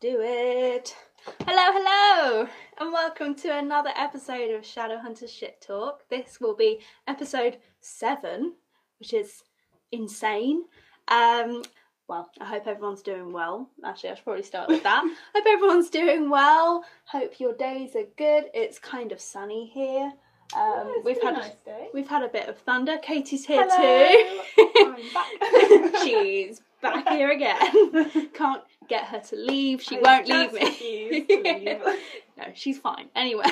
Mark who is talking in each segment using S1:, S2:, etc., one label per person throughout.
S1: do it. Hello, hello, and welcome to another episode of Shadowhunters Shit Talk. This will be episode seven, which is insane. Um, well, I hope everyone's doing well. Actually, I should probably start with that. hope everyone's doing well. Hope your days are good. It's kind of sunny here. Um, we've had
S2: day.
S1: we've had a bit of thunder. Katie's here too.
S2: Hello. I'm back.
S1: She's back here again. Can't get her to leave. She
S2: I
S1: won't leave
S2: just
S1: me.
S2: refuse to leave.
S1: no, she's fine. Anyway,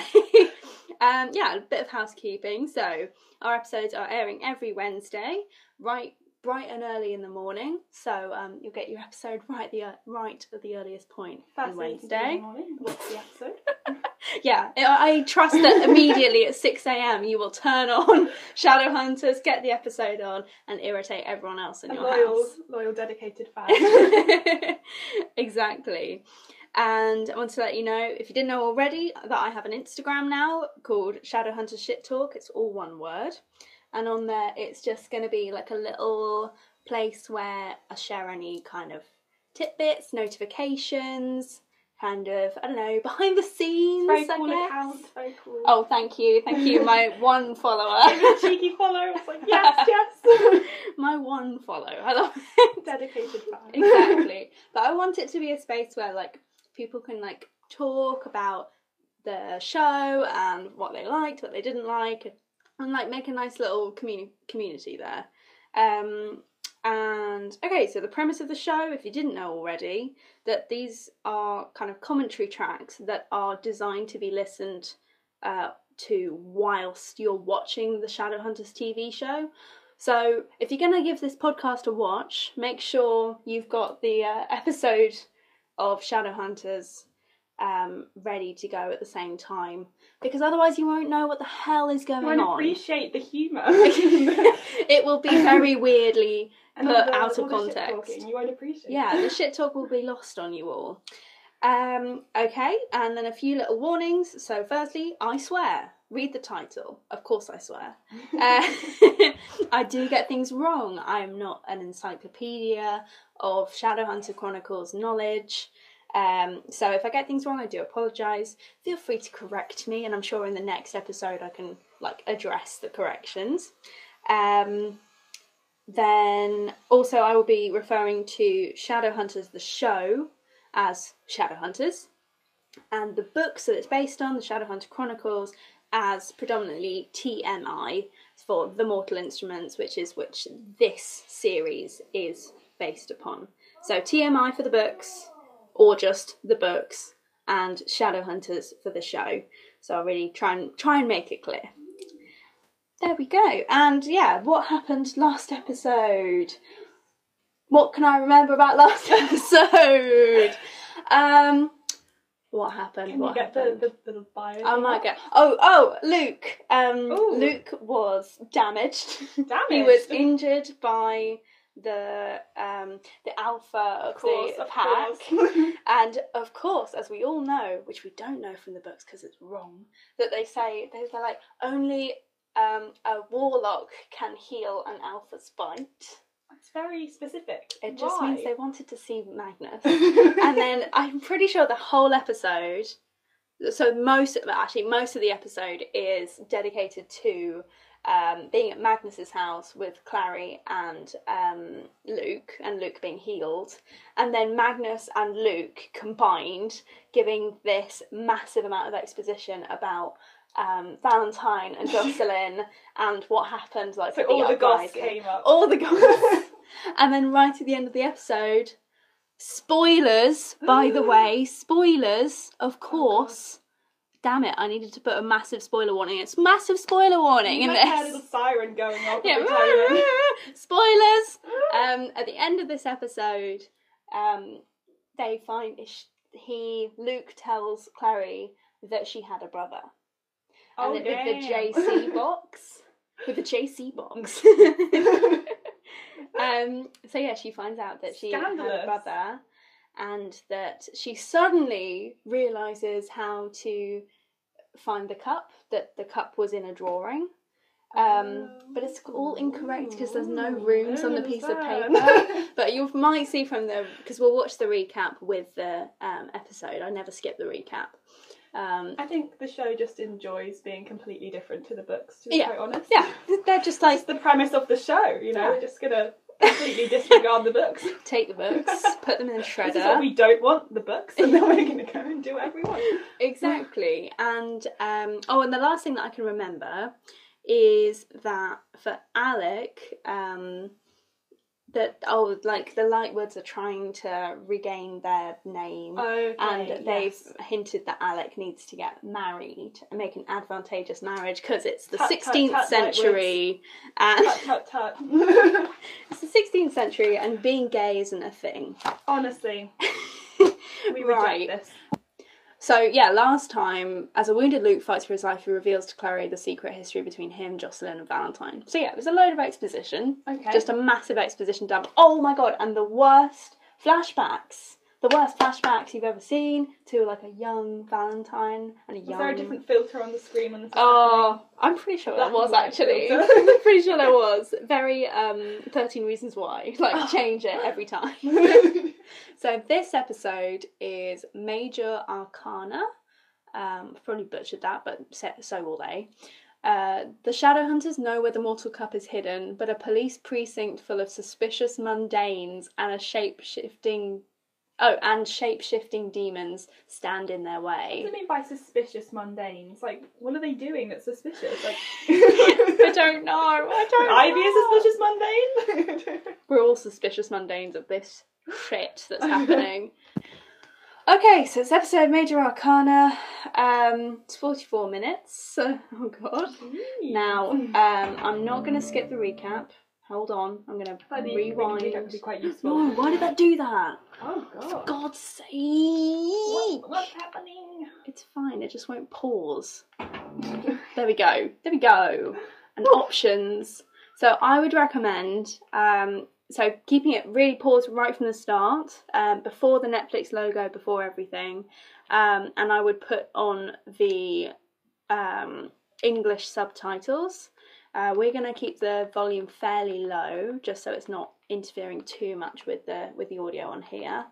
S1: um, yeah, a bit of housekeeping. So our episodes are airing every Wednesday, right, bright and early in the morning. So um, you'll get your episode right the uh, right at the earliest point on
S2: First thing to do in the
S1: Wednesday.
S2: morning, What's the episode?
S1: Yeah, I I trust that immediately at six a.m. you will turn on Shadowhunters, get the episode on, and irritate everyone else in
S2: A
S1: your
S2: loyal,
S1: house.
S2: loyal, dedicated fan.
S1: exactly. And I want to let you know, if you didn't know already, that I have an Instagram now called Shadowhunter Shit Talk. It's all one word. And on there, it's just going to be like a little place where I share any kind of tidbits, notifications, kind of, I don't know, behind the scenes.
S2: very
S1: I
S2: cool
S1: guess.
S2: account. Very cool.
S1: Oh, thank you. Thank you, my one
S2: Give
S1: follower.
S2: it a cheeky follow. I was like, yes, yes.
S1: my one follow. I love it.
S2: dedicated fan.
S1: exactly but i want it to be a space where like people can like talk about the show and what they liked what they didn't like and like make a nice little communi- community there um and okay so the premise of the show if you didn't know already that these are kind of commentary tracks that are designed to be listened uh, to whilst you're watching the shadowhunters tv show so if you're going to give this podcast a watch, make sure you've got the uh, episode of Shadowhunters um, ready to go at the same time, because otherwise you won't know what the hell is going
S2: You won't
S1: on.
S2: appreciate the humour.
S1: it will be very weirdly,
S2: all
S1: Put
S2: the-
S1: out of
S2: all the shit
S1: context.
S2: talking, You won't appreciate.
S1: yeah, the shit talk will be lost on you all. Um, okay, and then a few little warnings. So, firstly, I swear. Read the title. Of course, I swear. Uh, I do get things wrong. I'm not an encyclopedia of Shadowhunter Chronicles knowledge. Um, so if I get things wrong, I do apologise. Feel free to correct me, and I'm sure in the next episode I can like address the corrections. Um, then also I will be referring to Shadowhunters the show as Shadowhunters, and the books that it's based on, the Shadowhunter Chronicles, as predominantly TMI for the Mortal Instruments, which is which this series is based upon. So TMI for the books, or just the books, and Shadowhunters for the show. So I'll really try and try and make it clear. There we go. And yeah, what happened last episode? What can I remember about last episode? Um, what happened?
S2: Can
S1: what
S2: you get
S1: happened?
S2: the, the, the bio?
S1: I might get. Oh, oh, Luke. Um,
S2: Ooh.
S1: Luke was damaged.
S2: Damn
S1: he was injured by the um the alpha of,
S2: Of course,
S1: the
S2: of
S1: pack,
S2: course.
S1: and of course, as we all know, which we don't know from the books because it's wrong, that they say they- they're like only um a warlock can heal an alpha's bite.
S2: It's very specific.
S1: It just
S2: Why?
S1: means they wanted to see Magnus and then I'm pretty sure the whole episode, so most well, actually most of the episode is dedicated to um, being at Magnus's house with Clary and um, Luke, and Luke being healed, and then Magnus and Luke combined giving this massive amount of exposition about. Um, Valentine and Jocelyn, and what happened, like
S2: so
S1: at
S2: all the goss
S1: uprising
S2: came up.
S1: all the gods. and then right at the end of the episode, spoilers, by the way, spoilers, of course. Damn it, I needed to put a massive spoiler warning. It's massive spoiler warning in
S2: like had a
S1: this.
S2: little siren going off.
S1: Yeah.
S2: every time
S1: spoilers.
S2: you-
S1: Um, at the end of this episode, um, they find ish- he Luke tells Clary that she had a brother, and
S2: Oh,
S1: it, with the
S2: damn.
S1: JC box, with the JC box. um, so yeah, she finds out that she had a
S2: Scandalous.
S1: brother, and that she suddenly realizes how to find the cup. That the cup was in a drawing, Um, but it's all incorrect because there's
S2: Oh,
S1: no rooms on the piece of paper.
S2: paper.
S1: But you might see from the because we'll watch the recap with the um, episode. I never skip the recap. Um,
S2: I think the show just enjoys being completely different to the books, to be
S1: Yeah.
S2: quite honest.
S1: yeah, they're just like
S2: It's the premise of the show, you know,
S1: Yeah.
S2: we're just gonna completely disregard the books.
S1: take the books, put them in the shredder.
S2: This is what we don't want, the books, and then we're gonna go and do what we want.
S1: Exactly. And um, oh, and the last thing that I can remember is that for Alec, um, that oh, like the Lightwoods are trying to regain their name.
S2: Okay,
S1: and they've
S2: yes.
S1: hinted that Alec needs to get married and make an advantageous marriage because it's the
S2: Tut, tut,
S1: 16th
S2: tut,
S1: century and
S2: tut tut tut.
S1: it's the 16th century and being gay isn't a thing.
S2: Honestly, we reject
S1: Right.
S2: this.
S1: So yeah, last time, as a wounded Luke fights for his life, he reveals to Clary the secret history between him, Jocelyn, and Valentine. So yeah, it was a load of exposition,
S2: Okay.
S1: just a massive exposition dump. Oh my god! And the worst flashbacks, the worst flashbacks you've ever seen to like a young Valentine and a
S2: was
S1: young.
S2: there a different filter on the screen when this was
S1: Oh, I'm pretty sure
S2: Black
S1: that was
S2: and white
S1: actually.
S2: filter.
S1: I'm pretty sure there was. Very um, 13 Reasons Why.
S2: Oh.
S1: Like, change it every time.
S2: happening?
S1: So this episode is Major Arcana. Um, I've probably butchered that, but so, so will they. Uh, the Shadowhunters know where the Mortal Cup is hidden, but a police precinct full of suspicious mundanes and a shape-shifting, oh, and shape-shifting demons stand in their
S2: What do
S1: way.
S2: you mean by suspicious mundanes? Like, what are they doing that's suspicious? Like,
S1: I don't know. I don't.
S2: Ivy
S1: know.
S2: is a suspicious mundane.
S1: We're all suspicious mundanes of this shit that's happening. okay, so it's episode Major Arcana. Um, it's 44 minutes. Oh god.
S2: Hmm.
S1: Now, um, I'm not going to skip the recap. Hold on, I'm going to
S2: Funny,
S1: rewind.
S2: That would be quite
S1: No,
S2: useful.
S1: why did that do that?
S2: Oh
S1: For
S2: god.
S1: God's sake!
S2: What, what's happening?
S1: It's fine, it just won't pause. There we go. There we go. And options. So I would recommend um, so keeping it really paused right from the start, um, before the Netflix logo, before everything, um, and I would put on the um, English subtitles. Uh, we're going to keep the volume fairly low, just so it's not interfering too much with the with the audio on here.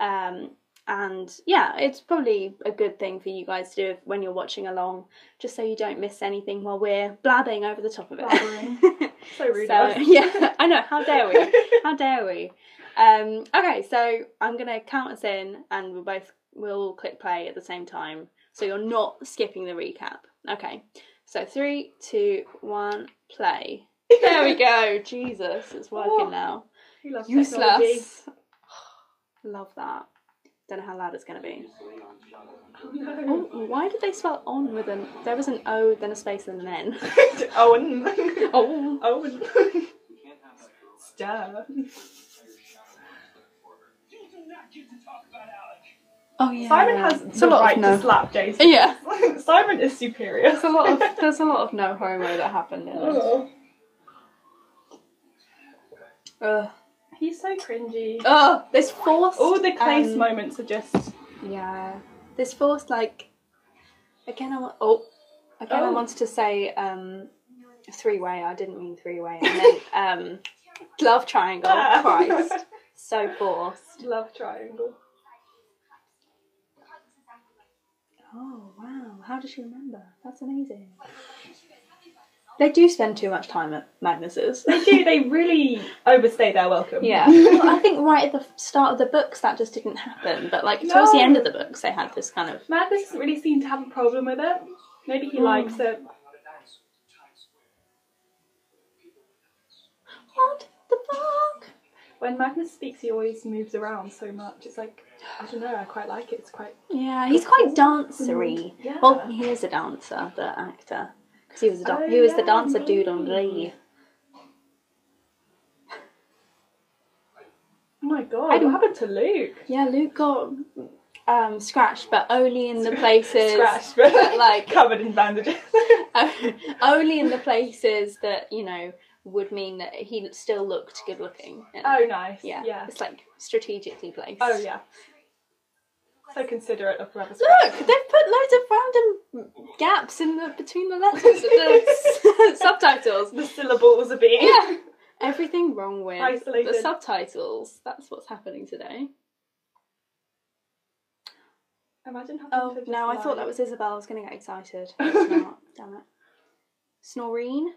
S1: Um, and yeah, it's probably a good thing for you guys to do when you're watching along, just so you don't miss anything while we're blabbing over the top of it.
S2: Blabbering. so rude. of
S1: so
S2: us.
S1: yeah, I know. How dare we? How dare we? Um, okay, so I'm gonna count us in, and we'll both we'll all click play at the same time, so you're not skipping the recap. Okay, so three, two, one, play. There we go. Jesus, it's working
S2: Oh,
S1: now.
S2: Who loves technology?
S1: Useless. Love that. Don't know how loud it's gonna be.
S2: Oh, no.
S1: Oh, why did they spell on with an? There was an O, then a space, then an N.
S2: Owen.
S1: Oh.
S2: Owen. Stir.
S1: Oh yeah.
S2: Simon has
S1: It's
S2: the
S1: a lot
S2: right
S1: of no.
S2: to slap Jason.
S1: Yeah.
S2: Simon is superior.
S1: There's a lot of there's a lot of no homo that happened in it.
S2: Oh.
S1: Ugh.
S2: He's so cringy.
S1: Oh, this forced.
S2: All the Clace
S1: um,
S2: moments are just.
S1: Yeah, this forced like again. I want. Oh, again. I
S2: Oh.
S1: wanted to say um, three way. I didn't mean three way. And then um, love triangle.
S2: Ah.
S1: Christ, so forced.
S2: Love triangle.
S1: Oh wow! How does she remember? That's amazing. They do spend too much time at Magnus's.
S2: They do, they really overstay their welcome.
S1: Yeah. well, I think right at the start of the books that just didn't happen, but like towards the
S2: No.
S1: end of the books they had this kind of
S2: Magnus doesn't really seem to have a problem with it. Maybe he
S1: Mm.
S2: likes it.
S1: what the fuck?
S2: When Magnus speaks, he always moves around so much. It's like, I don't know, I quite like it. It's quite.
S1: Yeah, he's quite dancery.
S2: Yeah.
S1: Well, he is a dancer, the actor, because he was a dan-
S2: Oh,
S1: he was the
S2: yeah,
S1: dancer dude on
S2: indeed.
S1: Lee.
S2: Oh my god,
S1: I don't-
S2: what happened to Luke?
S1: Yeah, Luke got um, scratched, but only in the places.
S2: Scratched,
S1: but,
S2: but
S1: like- Oh,
S2: like. covered in bandages.
S1: only in the places that you know would mean that he still looked good looking.
S2: oh, nice.
S1: yeah, Oh,
S2: Yeah.
S1: it's like strategically placed.
S2: Oh, yeah. So considerate of whoever's
S1: Look, they've put loads of random gaps in the between the letters of the s- subtitles.
S2: the syllables are being.
S1: Yeah. Everything wrong with
S2: Isolated.
S1: the subtitles. That's what's happening today.
S2: Imagine having
S1: Oh
S2: to just
S1: no, I
S2: lie.
S1: thought that was Isabel. I was going to get excited. It's not. Damn it. Snoreen.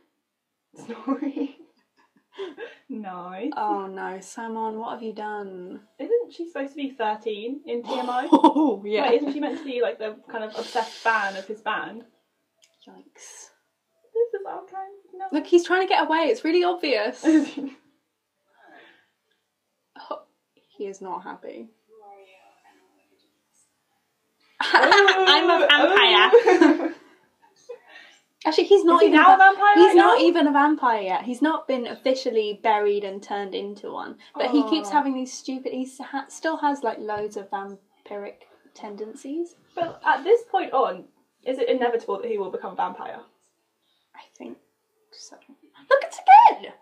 S2: Snoring. nice.
S1: Oh no, Simon, what have you done?
S2: Isn't she supposed to be 13 in TMI?
S1: Oh yeah.
S2: Wait, isn't she meant to be like the kind of obsessed fan of his band?
S1: Yikes.
S2: This is all kinds of nonsense.
S1: Look, he's trying to get away. It's really obvious. Oh, he is not happy. I'm a vampire.
S2: vampire.
S1: Actually, he's not
S2: Is he
S1: even.
S2: now a
S1: va-
S2: vampire
S1: He's
S2: right
S1: not
S2: now?
S1: even a vampire yet. He's not been officially buried and turned into one. But he keeps
S2: Aw.
S1: having these stupid. He ha- still has like loads of vampiric tendencies.
S2: but at this point on, is it inevitable that he will become a vampire?
S1: I think so. Look, it's again.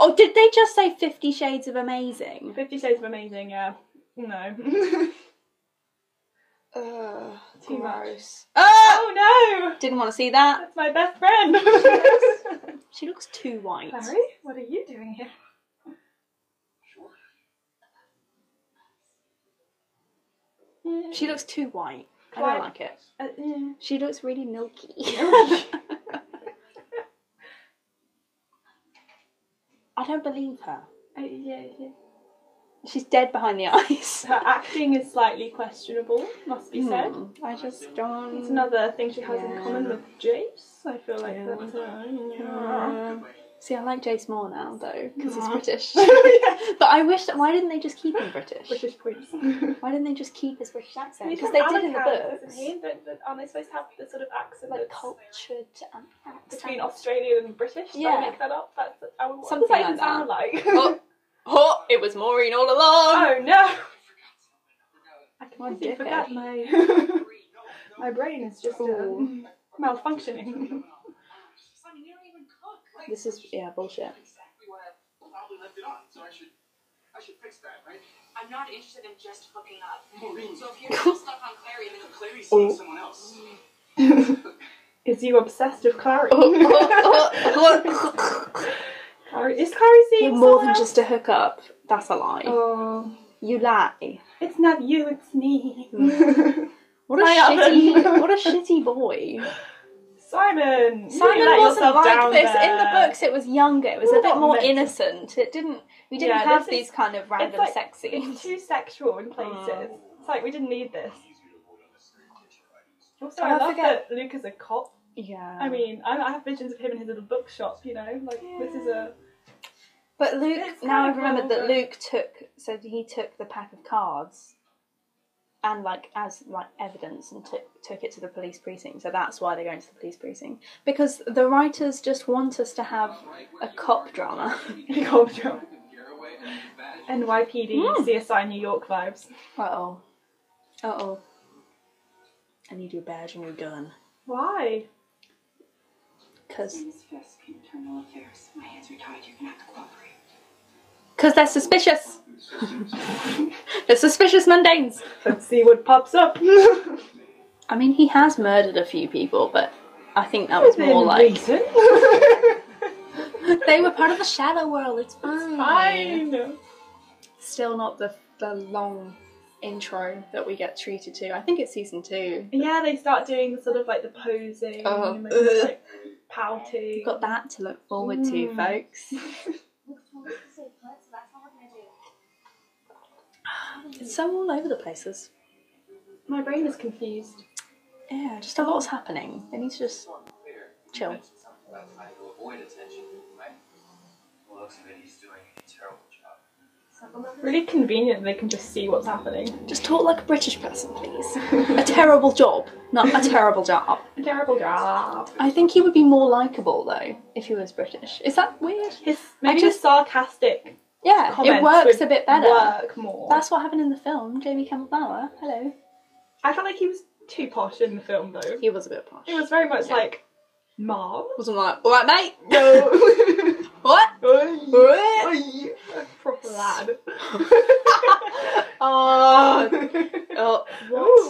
S1: Or did they just say Fifty Shades of Amazing?
S2: Fifty Shades of Amazing, yeah. No.
S1: Ugh,
S2: Too much.
S1: Ah!
S2: oh no!
S1: Didn't want to see that.
S2: That's my best friend!
S1: She looks too white.
S2: Barry, what are you doing here? Mm,
S1: She looks too white. I
S2: Why?
S1: don't like it.
S2: uh, mm.
S1: She looks really milky.
S2: Uh,
S1: I don't believe her.
S2: Uh, yeah, yeah.
S1: She's dead behind the eyes.
S2: Her acting is slightly questionable, must be said.
S1: Hmm, I just don't.
S2: It's another thing she has in common with Jace. I feel like
S1: Yeah.
S2: that's. Uh, yeah.
S1: Um, See, I like Jace more now though because he's
S2: Yeah.
S1: British.
S2: Yeah.
S1: but I wish that why didn't they just keep him British?
S2: British points.
S1: Why didn't they just keep his British accent?
S2: He's
S1: Because
S2: from
S1: they did in the
S2: Alicante,
S1: books,
S2: isn't he? Don't- don't- Aren't they supposed to have the sort of accent
S1: like
S2: that's
S1: cultured um, accent.
S2: between Australian and British? Did
S1: Yeah.
S2: I make that up? That's I would, what
S1: Something
S2: does that
S1: like
S2: even
S1: that.
S2: sound like?
S1: Oh. Oh, it was Maureen all along.
S2: Oh, no! I
S1: dickhead.
S2: completely forgot my my brain is just um, malfunctioning.
S3: Sonny, you don't even cook. Like,
S1: This is yeah bullshit.
S3: exactly what I probably left it on, so I should, I should fix that, right?
S4: I'm not interested in just hooking up.
S3: Maureen,
S4: So if you're still stuck on Clary, then
S3: Clary's seeing someone else.
S2: um, Is you obsessed with Clary?
S1: Oh,
S2: Clary- is Clary seeing
S1: You're more
S2: someone
S1: than
S2: else?
S1: just a hookup. That's a lie.
S2: Oh,
S1: You lie.
S2: it's not you, it's me.
S1: What a
S2: I
S1: shitty.
S2: haven't.
S1: What a shitty boy.
S2: Simon! you
S1: Simon
S2: let
S1: wasn't
S2: yourself
S1: like
S2: down
S1: this in the
S2: there.
S1: books. It was younger. It was a
S2: Well,
S1: bit
S2: not
S1: more
S2: meant-
S1: innocent. It didn't. We didn't
S2: Yeah,
S1: have
S2: this is-
S1: these kind of random
S2: like-
S1: sex scenes.
S2: It's too sexual in places.
S1: Oh.
S2: It's like we didn't need this. Also,
S1: Oh,
S2: I
S1: I
S2: love
S1: forget-
S2: that Luke is a cop.
S1: Yeah.
S2: I mean, I, I have visions of him in his little bookshop. You know, like this is a
S1: but Luke.
S2: it's
S1: Now
S2: kinda
S1: I've remembered that
S2: cool, but-
S1: Luke took. So he took the pack of cards, and like as like evidence, and took took it to the police precinct. So that's why they're going to the police precinct because the writers just want us to have a cop drama.
S2: cop job.
S3: Garraway and his badge.
S2: NYPD,
S1: Hmm.
S2: CSI New York vibes.
S1: uh oh. Uh oh. I need your badge and your gun.
S2: Why?
S1: Because
S4: Miss Fisk, internal affairs. My hands are tied. You're gonna have to cooperate.
S1: Because they're suspicious. they're suspicious mundanes.
S2: Let's see what pops up.
S1: I mean, he has murdered a few people, but I think that was more like
S2: Reason.
S1: they were part of the shadow world. It's fine.
S2: Fine.
S1: Still not the the long intro that we get treated to. I think it's season two.
S2: Yeah, they start doing the sort of like the posing,
S1: Oh.
S2: and then, like, pouting.
S1: We've got that to look forward to,
S2: Mm.
S1: folks. It's so all over the places.
S2: My brain is confused.
S1: Yeah, just a lot's happening. They need to just
S3: Clear.
S1: chill.
S3: About trying to avoid attention, right? Well, looks like he's doing a terrible job.
S2: Really convenient. They can just see what's happening.
S1: Just talk like a British person, please. a terrible job, not a terrible job.
S2: Terrible job.
S1: I think he would be more likable though if he was British. Is that weird?
S2: His maybe
S1: just-
S2: just sarcastic.
S1: Yeah, it
S2: comments
S1: works
S2: would
S1: a bit better.
S2: Work more.
S1: That's what happened in the film. Jamie Campbell Bower. Hello.
S2: I felt like he was too posh in the film though.
S1: He was a bit posh.
S2: It was very much
S1: Yeah.
S2: like, mom.
S1: Wasn't like, all right, mate.
S2: No.
S1: What?
S2: Oi.
S1: What?
S2: Oi. Proper lad.
S1: Oh, oh,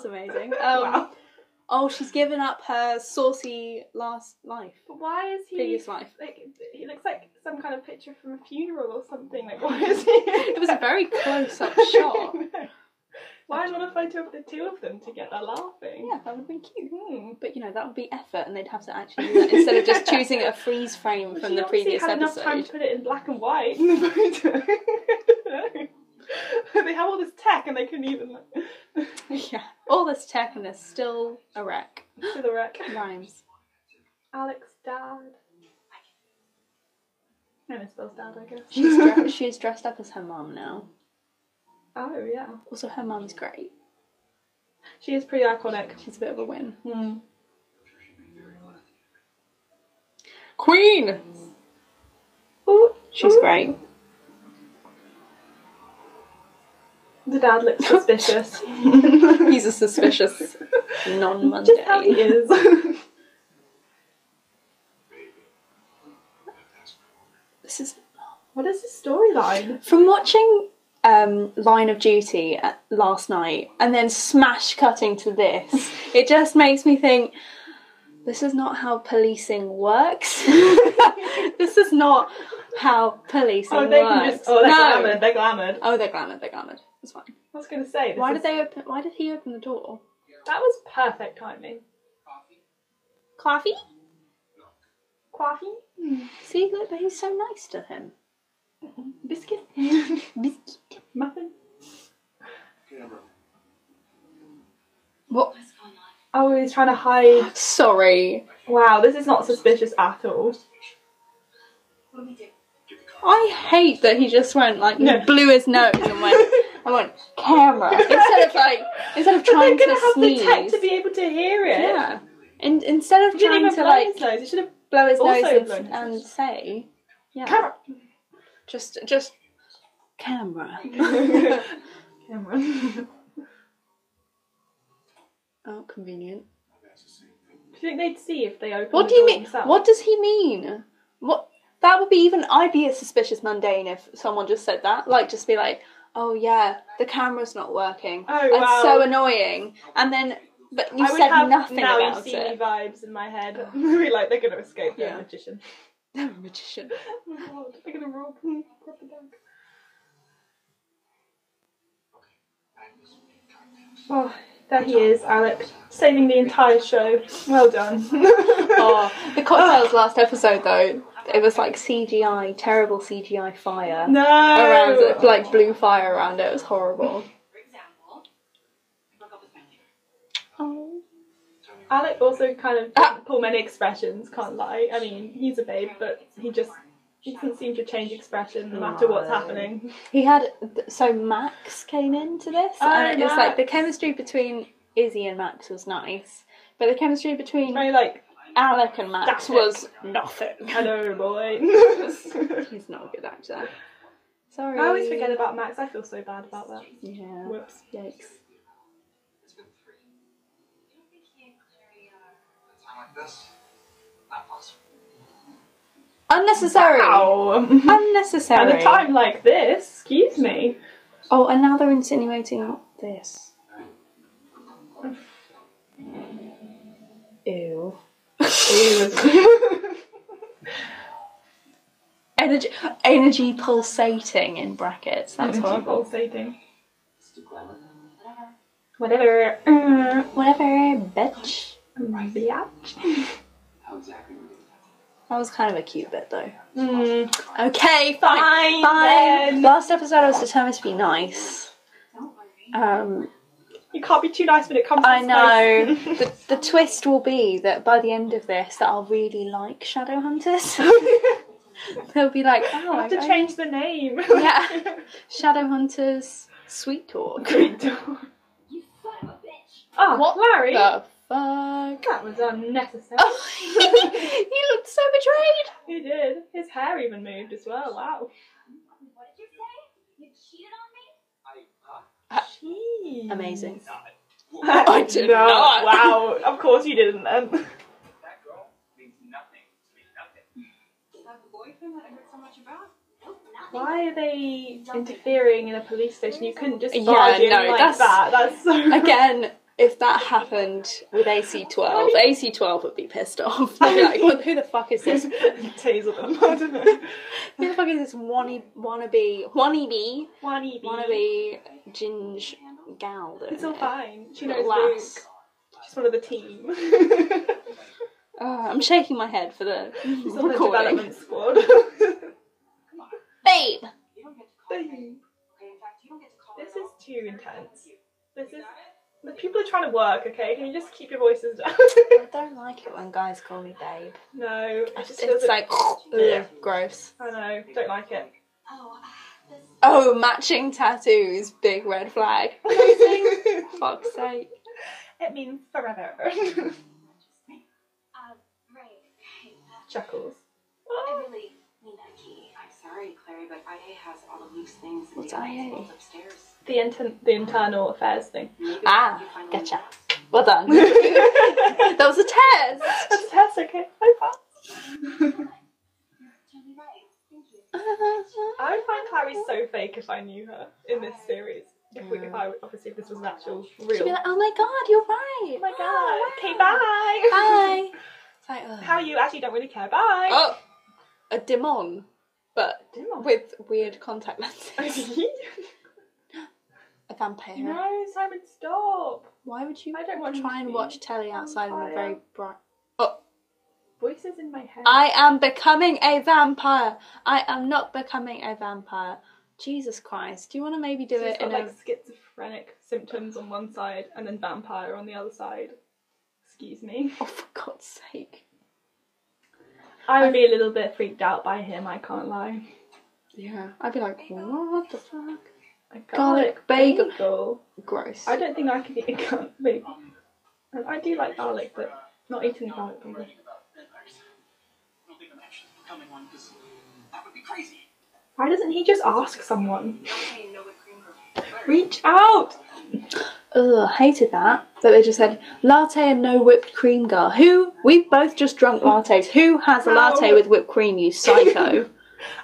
S1: Um, oh, She's given up her saucy last life,
S2: But why is he?
S1: previous life.
S2: Like he looks like some kind of picture from a funeral or something. Like what is he?
S1: It was a very close-up shot.
S2: Why not a photo of the two of them together laughing?
S1: Yeah, that would have been cute.
S2: Hmm.
S1: But you know, that would be effort, and they'd have to actually do that instead of just choosing a freeze frame
S2: Well,
S1: from
S2: she
S1: the
S2: obviously
S1: previous
S2: had enough time
S1: episode.
S2: to put it in black and white in the photo. they have all this tech and they couldn't even like,
S1: Yeah. All this tech, and there's still a wreck.
S2: to the wreck.
S1: Rhymes.
S2: Alex dad. No, it spells dad, I guess.
S1: She's dre- she's dressed up as her mum now.
S2: oh yeah,
S1: Also, her mum's great.
S2: she is pretty iconic. Hmm.
S1: She's a bit of a win.
S3: I'm sure she'd be very glad to hear it.
S1: Queen.
S2: Ooh,
S1: She's
S2: ooh.
S1: great.
S2: The dad looks suspicious.
S1: He's a suspicious
S2: Just how he
S1: non-Monday.
S2: is.
S1: This is
S2: what is his storyline?
S1: from watching um, Line of Duty at, last night, and then smash cutting to this. It just makes me think. This is not how policing works. this is not how policing
S2: Oh, they can
S1: works.
S2: just. Oh, they're
S1: no.
S2: glamored. They're glamored. I
S1: Oh, they're glamored. They're glamored. It's fine.
S2: was gonna say. This
S1: Why
S2: is,
S1: did they open? Why did he open the door?
S2: That was perfect timing.
S3: Coffee?
S1: Coffee.
S3: No.
S2: Quaffy
S1: See, look, but he's so nice to him.
S2: biscuit muffin.
S3: Get a room.
S1: What?
S4: What's going on?
S2: Oh, he's trying to hide.
S1: Sorry,
S2: Wow, this is not suspicious at all.
S4: What do we do?
S3: Get the car.
S1: I hate that he just went like
S2: No.
S1: blew his nose and went. I went camera instead of like instead of
S2: But they're
S1: trying
S2: gonna
S1: to
S2: have the tech
S1: sneeze.
S2: to be able to hear it.
S1: yeah, and instead of
S2: He
S1: trying
S2: didn't even
S1: to
S2: blow
S1: like
S2: his nose. He should have
S1: blow his
S2: Also
S1: nose
S2: blown
S1: and,
S2: his
S1: and say, yeah,
S2: camera.
S1: just just camera.
S2: camera.
S1: oh, convenient.
S3: That's the same thing.
S2: Do you think they'd see if they opened
S1: What
S2: the
S1: do you
S2: door
S1: mean?
S2: themselves?
S1: What does he mean? What that would be even I'd be a suspicious mundane if someone just said that. Like just be like, oh yeah, the camera's not working.
S2: Oh,
S1: That's
S2: wow.
S1: so annoying. And then, but you
S2: I would
S1: said
S2: have
S1: nothing
S2: now
S1: about
S2: you see me
S1: it.
S2: vibes in my head. Really like they're gonna escape. They're
S1: Yeah.
S2: a magician.
S1: They're a magician.
S2: Oh my god, they're gonna rob me. Rob the bank.
S3: I was being contacted.
S2: Oh, there he is, Alec, saving the entire show. Well done.
S1: oh, the cocktails last episode though, it was like CGI, terrible CGI fire
S2: no.
S1: around it, like blue fire around it. It was horrible.
S4: For example, I broke up with my leader.
S1: Oh,
S3: Tell me
S2: Alec also kind of
S1: Ah.
S2: pull many expressions, can't lie. I mean, he's a babe, but he just he doesn't seem to change expression no matter what's
S1: No.
S2: happening.
S1: He had so Max came into this,
S2: Oh,
S1: and it was like the
S2: Max.
S1: chemistry between Izzy and Max was nice, but the chemistry between
S2: Very like,
S1: Alec and Max
S2: Static.
S1: was nothing.
S2: hello, boy.
S1: He's not a good actor. Sorry.
S2: I always forget about Max. I feel so bad about that.
S1: Yeah.
S2: Whoops.
S1: Yikes.
S3: It's been three.
S4: You don't think he and Clary are...
S3: A time like this? Not possible.
S1: Unnecessary.
S2: Ow. At
S1: Unnecessary.
S2: a time like this, excuse me.
S1: Oh, and now they're insinuating this. Ew. Energy, energy pulsating in brackets. That's horrible.
S2: pulsating.
S3: It's too glamour.
S4: Whatever.
S2: Whatever. Uh,
S1: Whatever, bitch.
S2: biatch.
S3: How exactly would it happen?
S1: That was kind of a cute bit, though.
S2: Mm,
S1: Okay, Fine.
S2: fine. Fine.
S1: Last episode, I was determined to be nice.
S4: Don't worry.
S1: Um,
S2: You can't be too nice when it comes to
S1: I know.
S2: space.
S1: the, the twist will be that by the end of this, that I'll really like Shadowhunters. They'll be like, oh,
S2: I have to
S1: I- I-
S2: change the name.
S1: Yeah. Shadowhunters, sweet talk.
S4: You son of a bitch!
S2: oh,
S1: What
S2: Larry?
S1: The fuck?
S2: That was unnecessary.
S1: Oh, he looked so betrayed.
S2: He did. His hair even moved as well. Wow.
S4: What did you say? You cheated on
S2: Jeez.
S3: I, huh?
S4: me?
S1: Uh, Amazing.
S3: Not.
S1: I did not.
S2: Wow. Of course you didn't then.
S3: That girl means nothing to me. Nothing.
S4: Is that the boyfriend that I heard so much about? Nope, not
S2: Why are they interfering in a police station? You couldn't just
S1: Yeah,
S2: barge in
S1: no,
S2: like
S1: that's-
S2: that. That's so.
S1: Again, if that happened with AC12, AC12 would be pissed off. They'd be like, "What- who the fuck is this?
S2: Taser them. I don't know.
S1: Who the fuck is this wannabe, wannabe, wannabe,
S2: One E EB.
S1: wannabe ginge gal? that-
S2: It's all fine. She knows
S1: Little
S2: Luke.
S1: lass.
S2: She's one of the team.
S1: Uh, I'm shaking my head for the
S2: She's on the
S1: recording.
S2: development squad.
S1: Babe!
S4: You don't get to call me.
S2: Bang.
S4: Okay, in fact, you don't get to call
S2: this
S4: at
S2: is
S4: all.
S2: too intense. This
S4: You
S2: is.
S4: got it?
S2: The people are trying to work, okay? Can you just keep your voices down?
S1: I don't like it when guys call me babe.
S2: no, it just feels
S1: It's like,
S2: Yeah.
S1: ugh, gross.
S2: I know, don't like it.
S4: Oh, ah, this is
S1: Oh, matching tattoos, big red flag. Fuck's sake.
S2: it means forever.
S4: just me. Uh, right. Hey, uh,
S2: Chuckles. Oh.
S4: I really need that key. I'm sorry, Clary, but IA has all of Luke's things in
S1: What's
S4: the
S1: IA?
S4: box upstairs.
S2: The, inter- the internal affairs thing.
S4: Maybe
S1: Ah,
S4: you find
S1: gotcha. Well
S4: one.
S1: done. that
S2: That's
S1: was a test!
S2: okay. I pass.
S4: You're totally right. Thank you.
S2: I would find Clary so fake if I knew her in this series. If we, if I, obviously, if this was an actual
S1: She'd
S2: real.
S1: be like, oh my god, you're right.
S2: oh my god.
S1: Oh,
S2: Okay,
S1: wow.
S2: bye.
S1: Bye. It's like, ugh.
S2: How are you? Actually, don't really care. Bye.
S1: Oh, a demon, but with weird contact lenses. a vampire.
S2: no, Simon, stop.
S1: Why would you
S2: I don't want
S1: try
S2: to
S1: and
S2: be
S1: watch telly outside on a
S2: vampire.
S1: very bright?
S2: Voices in my head.
S1: I am becoming a vampire. I am not becoming a vampire. Jesus Christ! Do you want to maybe do
S2: She's
S1: it
S2: got,
S1: in
S2: like
S1: a?
S2: schizophrenic symptoms on one side and then vampire on the other side. Excuse me.
S1: Oh, for God's sake!
S2: I would be a little bit freaked out by him, I can't lie.
S1: Yeah, I'd be like, what the fuck?
S2: A
S1: Garlic bagel.
S2: bagel.
S1: Gross.
S2: I don't think I could eat a garlic bagel. And I do like garlic, but not eating a garlic
S3: I'm
S2: bagel.
S3: writing about vampires. I don't think I'm actually becoming one because that would be crazy.
S2: Why doesn't he just ask someone?
S4: No way, no way, Kramer.
S2: Reach out!
S1: Ugh, hated that. That they just said latte and no whipped cream, girl. Who? We've both just drunk lattes. Who has a
S2: No.
S1: latte with whipped cream? You psycho.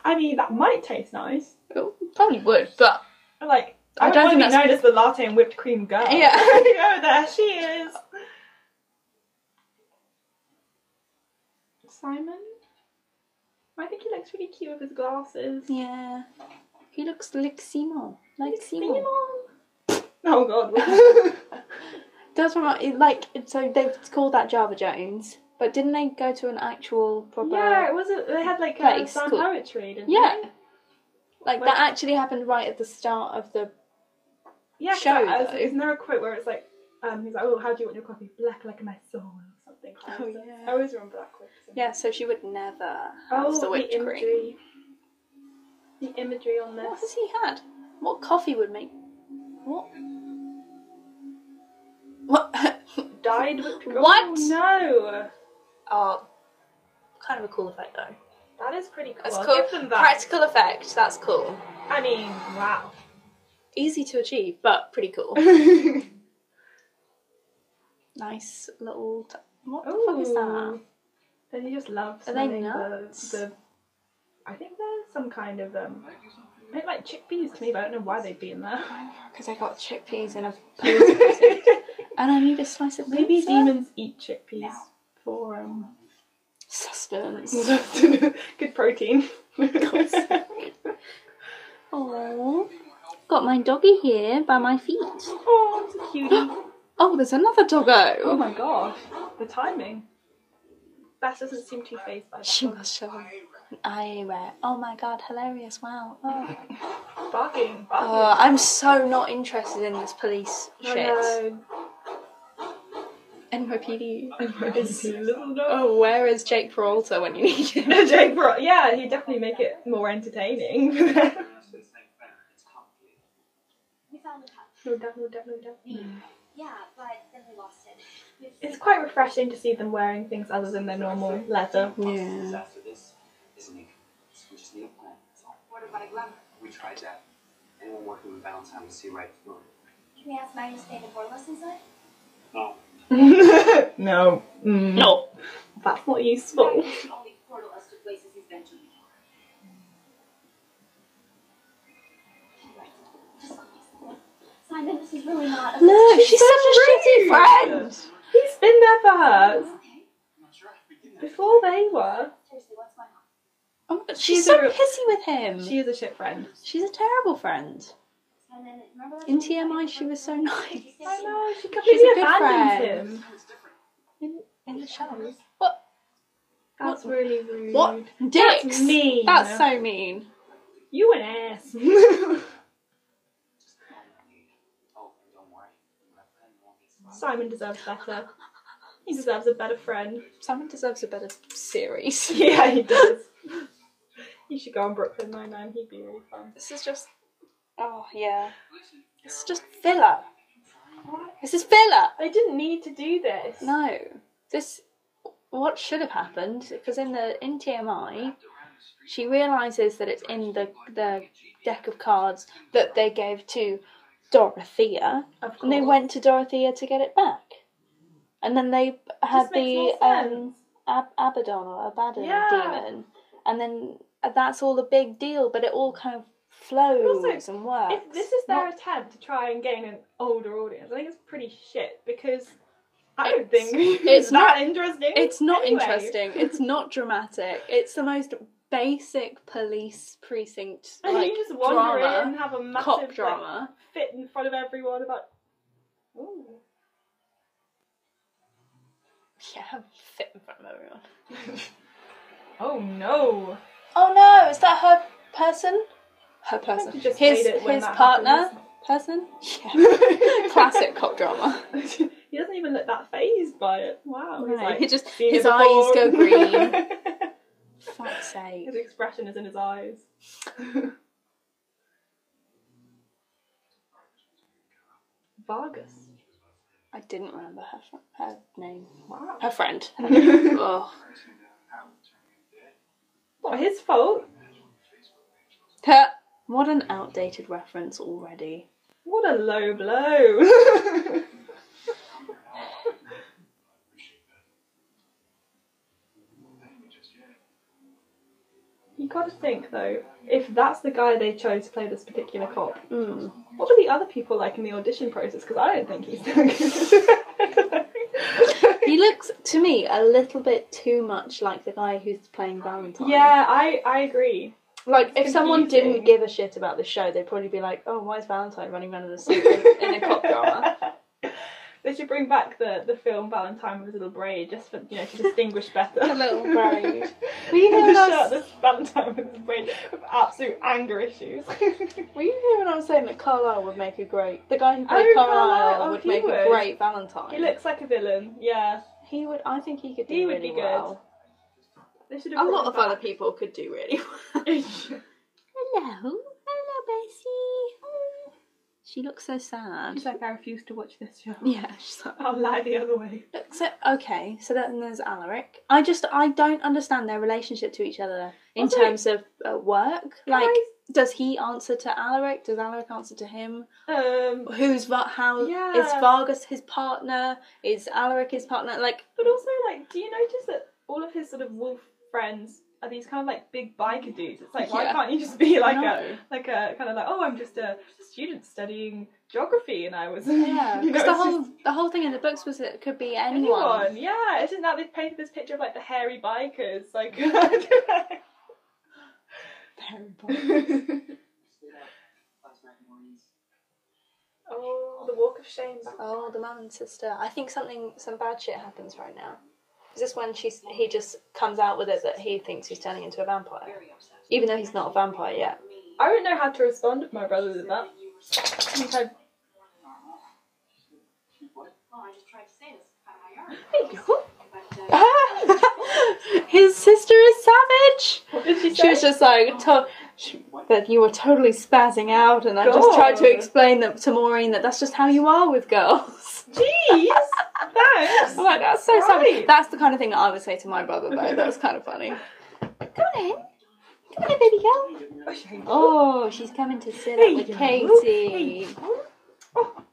S2: I mean, that might taste nice.
S1: Well, Probably would, but
S2: But, Like,
S1: I
S2: I,
S1: don't
S2: don't
S1: think
S2: want to be
S1: that's-
S2: known as the latte and whipped cream girl.
S1: Yeah.
S2: oh, there she is. Simon? I think he looks really cute with his glasses.
S1: yeah, he looks like Simon. Like Simon.
S2: Simon. Oh god.
S1: Does remind it, like so they've called that Java Jones, but didn't they go to an actual proper?
S2: yeah, it was. A, they had like a
S1: Place,
S2: sound
S1: cool.
S2: poetry, didn't
S1: Yeah.
S2: they?
S1: Like
S2: Well-
S1: that actually happened right at the start of the.
S2: Yeah, 'cause
S1: Show,
S2: I was-
S1: though.
S2: Isn't there a quote where it's like, um, he's like, oh, how do you want your coffee? Black like my soul or something.
S1: Oh, yeah.
S2: I always remember that quote.
S1: Yeah, so she would never have
S2: Oh,
S1: the whipped
S2: the
S1: cream.
S2: imagery. The imagery on
S1: What
S2: this.
S1: has he had? What coffee would make? What? What?
S2: Dyed with
S1: What?
S2: Oh, no.
S1: oh, kind of a cool effect though.
S2: That is pretty cool.
S1: That's
S2: I'll
S1: cool.
S2: Give them that.
S1: Practical effect. That's cool.
S2: I mean, wow.
S1: Easy to achieve, but pretty cool.
S2: what
S1: Nice little. T- what the fuck is that?
S2: Then you just love
S1: Are they
S2: smelling the,
S1: nuts?
S2: the. I think there's some kind of um.
S3: Can I do something?
S2: They like chickpeas to me, but I don't know why they'd be in there.
S1: Because I got chickpeas in a pizza, and I need a slice of
S2: Maybe
S1: pizza.
S2: demons eat chickpeas for um.
S1: sustenance.
S2: Good protein.
S1: Oh, got my doggy here by my feet.
S2: oh, it's a cutie.
S1: Oh, there's another
S2: Oh
S1: doggo.
S2: my gosh, the timing. That doesn't seem too phased by
S1: She
S2: that.
S1: must show an eye rat. Oh my god, hilarious! Wow. Oh.
S2: Barking, barking.
S1: Oh, I'm so not interested in this police
S2: Oh,
S1: shit.
S2: no.
S1: NYPD.
S2: It's a little dog.
S1: Oh, where is Jake Peralta when you need him?
S2: Jake Bro- yeah, he'd definitely make it more entertaining. no,
S3: I'm not actually saying better. It's complicated.
S4: We found the cup.
S2: no, no, no, no.
S4: Yeah, but then we lost it. It's-
S2: It's quite refreshing to see them wearing things other than their normal leather.
S3: It's after this, isn't it? So we just need a plan. That's all.
S4: What about a glamour?
S3: We tried that. Anyone working with Valentine would see right through it.
S4: Can we ask Magnus to the board lessons on?
S3: No.
S2: no. Mm.
S1: No.
S2: That's not useful.
S4: Magnus can only portal us to places he's been to before. Right. Just
S5: Simon, this is really not.
S1: No, she's,
S2: She's
S1: such
S2: so
S1: a shitty friend.
S2: He's been there for her
S5: Okay.
S3: I'm not sure I begin that.
S2: before they were.
S5: Seriously, what's going on?
S1: Oh, she's,
S2: She's
S1: so
S2: a real-
S1: pissy with him.
S2: She is a shit friend.
S1: she's a terrible friend.
S5: Simon, remember that
S1: In
S5: time
S1: TMI,
S5: you
S1: she
S5: were
S1: was so
S5: in
S1: nice.
S5: 56?
S2: I know. She
S1: She's a
S2: completely
S1: good
S2: abandoned
S1: friend.
S2: him.
S3: It's different.
S1: In, in the show.
S2: That's really rude.
S1: What? Dicks.
S2: That's mean.
S1: That's so mean.
S2: You an ass.
S3: Just calm down. Oh, and don't worry. My friend won't get spotted.
S2: Simon deserves better. He deserves a better friend.
S1: Someone deserves a better series.
S2: Yeah, he does. You should go on Brooklyn Nine Nine. He'd be really fun.
S1: This is just. Oh yeah.
S3: Listen,
S1: It's
S3: Carol,
S1: just filler. This is filler.
S2: They didn't need to do this.
S1: No. This. What should have happened? Because in the in TMI,
S3: wrapped around the street,
S1: she realizes that it's in the the deck of cards that they gave to Dorothea,
S2: Of
S1: and they
S2: course.
S1: went to Dorothea to get it back. And then they had
S2: Just makes
S1: the
S2: more sense.
S1: um, Ab- Abaddon or Abaddon
S2: Yeah.
S1: demon, and then uh, that's all a big deal. But it all kind of flows
S2: Also,
S1: and works.
S2: If this is their
S1: Not-
S2: attempt to try and gain an older audience, I think it's pretty shit because I don't think
S1: it's
S2: it's that interesting.
S1: it's not
S2: anyway.
S1: interesting. It's not dramatic. It's the most basic police precinct
S2: And
S1: like
S2: you just wander in and
S1: drama,
S2: have a massive
S1: cop
S2: like,
S1: drama.
S2: fit in front of everyone about. Ooh.
S1: Yeah, fit in front of everyone.
S2: Oh no!
S1: Oh no, is that her person? Her person.
S2: You just
S1: His
S2: hate it when
S1: his
S2: that
S1: partner person. Yeah.
S2: happens.
S1: Classic cop drama.
S2: he doesn't even look that phased by it. Wow.
S1: No,
S2: He's like,
S1: he just
S2: "Seen it
S1: his eyes
S2: before."
S1: go green. Fuck's sake.
S2: his expression is in his eyes. Vargas.
S1: I didn't remember her fr- her name.
S2: Wow.
S1: Her friend.
S2: well,
S1: oh.
S2: his fault.
S1: Her, what an outdated reference already.
S2: What a low blow. you gotta think though, if that's the guy they chose to play this particular cop,
S1: Mm.
S2: what were the other people like in the audition process? Because I don't think he's that good.
S1: He looks to me a little bit too much like the guy who's playing Valentine.
S2: yeah, I, I agree.
S1: Like if
S2: It's
S1: someone
S2: confusing.
S1: didn't give a shit about the show, they'd probably be like, "Oh, why is Valentine running around in a suit in a cop drama?"
S2: They should bring back the, the film Valentine with his little braid just for you know to distinguish better.
S1: A little braid. Were
S2: You
S1: you here
S2: know,
S1: when I was,
S2: shirt this Valentine with his braid with absolute anger issues.
S1: were you here when I was saying that Carlisle would make a great the guy who
S2: Oh,
S1: played
S2: Carlisle.
S1: Carlisle
S2: Oh,
S1: would
S2: he
S1: make
S2: would.
S1: a great Valentine?
S2: he looks like a villain, yeah.
S1: He would. I think he could do
S2: He would
S1: really
S2: be good.
S1: well.
S2: They should
S1: A
S2: have
S1: lot of other
S2: brought
S1: people could do really well.
S2: him back.
S1: Hello, hello, Bessie. Hi. She looks so sad.
S2: She's like, I refuse to watch this show.
S1: Yeah, she's like.
S2: I'll lie the other way.
S1: Look, So okay, so then there's Alaric. I just I don't understand their relationship to each other in
S2: Also-
S1: terms of uh, work. Like, does he answer to Alaric? Does Alaric answer to him?
S2: um,
S1: Who's Va- how? Is
S2: Yeah.
S1: Vargas his partner? Is Alaric his partner? Like,
S2: but also like, do you notice that all of his sort of wolf friends are these kind of like big biker dudes? It's like, why
S1: Yeah.
S2: can't you just be like a
S1: no.
S2: like a kind of like, oh, I'm just a student studying geography, and I was
S1: yeah,
S2: you know,
S1: because the
S2: it's
S1: whole
S2: just
S1: the whole thing in the books was that it could be anyone.
S2: anyone. Yeah, isn't that they painted this picture of like the hairy bikers, like. I
S1: Terrible.
S2: don't know.
S3: I stayed up last night mornings.
S2: oh, the walk of shame.
S1: Oh, the mum and sister. I think something some bad shit happens right now. Is this when she's he just comes out with it that he thinks he's turning into a vampire?
S4: Very upset.
S1: Even though he's not a vampire yet.
S4: Me.
S2: I wouldn't know how to respond if my brother did that.
S4: You were so
S2: I think I'd
S3: Normal. What?
S4: well, I just tried to say this out of my yard.
S2: Hey, yo.
S4: But, uh,
S1: His sister is savage.
S2: What did she say?
S1: She was just like to- she, that you were totally spazzing out, and I
S2: God.
S1: just tried to explain that to Maureen that that's just how you are with girls.
S2: Jeez, thanks.
S1: I'm like, that's so savage.
S2: Right.
S1: That's the kind of thing that I would say to my brother, though. That's kind of funny. Come on in. Come on in, baby girl. Oh, she's coming to sit
S2: Hey,
S1: up with
S2: yo.
S1: Katie.
S2: Oh,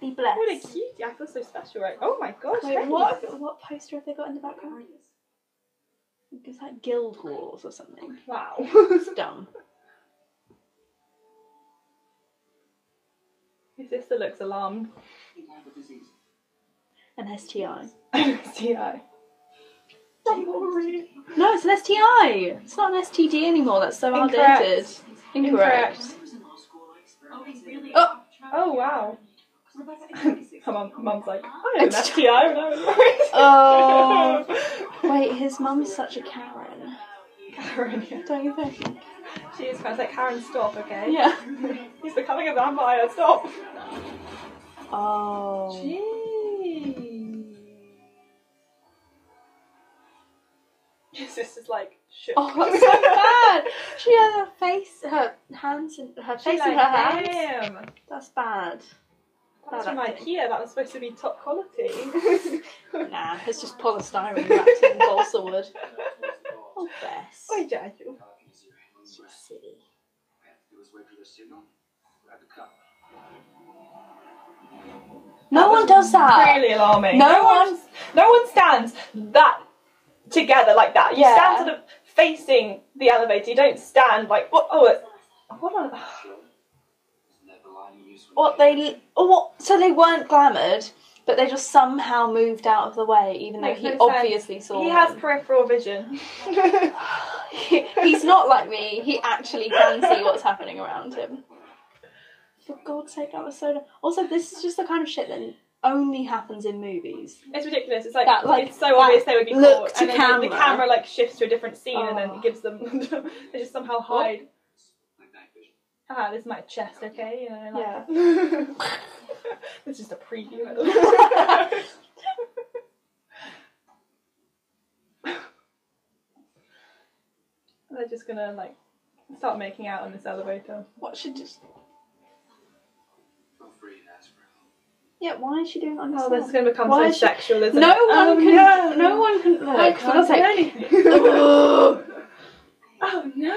S1: Be blessed.
S2: what a cutie! I feel so special, right? Oh my gosh! hey.
S1: Wait, what, what poster have they got in the
S4: where
S1: background?
S4: is this?
S1: Is that Guild Wars or something?
S2: Wow.
S1: Dumb.
S2: His sister looks alarmed.
S3: You have a disease.
S1: An STI.
S2: CI. I'm worried.
S1: No, it's an STI. It's not an STD anymore. That's so
S2: Incorrect.
S1: outdated. Incorrect.
S2: Incorrect.
S4: When I was in law school, I experimented.
S1: Oh.
S2: Oh wow.
S4: Rebecca, I think it's-
S2: Her mum, mum's like, I had an STI when I was married.
S1: Oh. Wait, his mum's such a Karen.
S2: Karen. yeah.
S1: Don't you think?
S2: She is kind of like, Karen, stop, okay?
S1: Yeah.
S2: He's becoming a vampire, stop.
S1: Oh.
S2: Jeez. His sister's like, shit.
S1: Oh, that's so bad. She has her face, her hands, in, her
S2: She's
S1: face
S2: like,
S1: in her hands.
S2: damn. Oh,
S1: That's bad.
S2: That's
S1: Bad
S2: from
S1: acting.
S2: IKEA. That was supposed to be top quality.
S1: Nah, it's just polystyrene wrapped in balsa wood. Oh, Bess.
S2: Oi, Jackal.
S1: You're silly. No one does that.
S2: Really alarming.
S1: no
S2: one, Uh, no one stands that together like that. You
S1: Yeah.
S2: stand sort of facing the elevator. You don't stand like what? Oh, it- what? On,
S1: What they? Or what? So they weren't glamoured, but they just somehow moved out of the way, even though
S2: Makes
S1: he
S2: no sense.
S1: obviously saw.
S2: he
S1: them.
S2: has peripheral vision.
S1: He's not like me. He actually can see what's happening around him. For God's sake, that was so. dumb. Also, this is just the kind of shit that only happens in movies.
S2: It's ridiculous. It's like,
S1: That, like,
S2: it's so
S1: that
S2: obvious they would be
S1: look
S2: caught,
S1: to
S2: and then like, the
S1: camera.
S2: camera like shifts to a different scene, and then
S1: Oh.
S2: it gives them. they just somehow hide. Ah, this is my chest. Okay, you know. Like,
S1: Yeah.
S2: this is the preview. They're just gonna like start making out on this elevator.
S1: What should just? Yeah, why is she doing it on
S2: Oh,
S1: herself?
S2: this is gonna become
S1: Why
S2: so
S1: is she-
S2: sexual, isn't
S1: no
S2: it?
S1: one
S2: Oh,
S1: can.
S2: No, Oh,
S1: No. one can. Look,
S2: I
S1: for God's
S2: can't
S1: sake.
S2: do anything. oh no!
S4: I think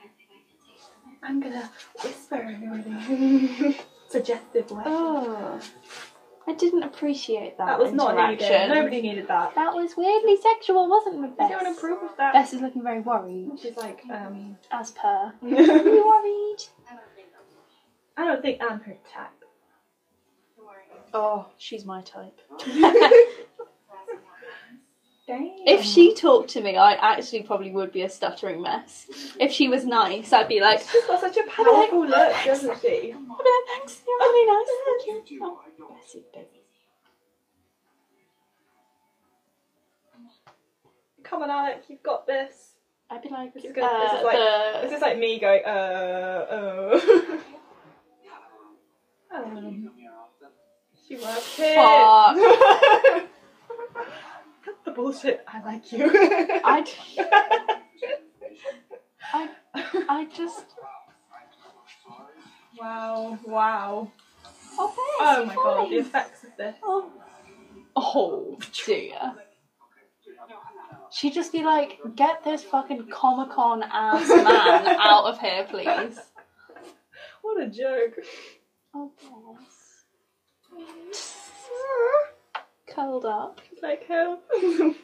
S4: I can take them.
S2: I'm gonna whisper in a really suggestive way.
S1: oh, I didn't appreciate that.
S2: that was not needed.
S1: interaction.
S2: Nobody needed that.
S1: That was weirdly sexual, wasn't it,
S2: I
S1: Bess?
S2: don't approve of that.
S1: Bess is looking very worried,
S2: She's like,
S1: Oh
S2: um,
S1: as per. Are you
S2: I
S1: worried?
S5: I don't think that's
S2: don't think I'm her type.
S4: Don't worry.
S1: Oh, she's my type.
S2: Damn.
S1: If she talked to me, I actually probably would be a stuttering mess. If she was nice, I'd be like,
S2: She's got such a powerful look, doesn't she?
S1: "Oh, no, thanks, you're really nice, thank you. Oh, Bessie, baby.
S2: Come on, Alec, you've got this.
S1: I'd be like,
S2: This is gonna- this
S1: uh,
S2: is like-
S1: the-
S2: This is like me going, uh, oh. oh. She works here. Cut the bullshit. I like you.
S1: I'd, I just,
S2: wow, wow.
S1: oh, Bess,
S2: Oh
S1: you're
S2: my god, the
S1: fine.
S2: effects of this.
S1: Oh. oh, dear. She'd just be like, get this fucking Comic Con ass man out of here, please.
S2: What a joke.
S1: Oh, bless. Curled up.
S2: It's like hell. I don't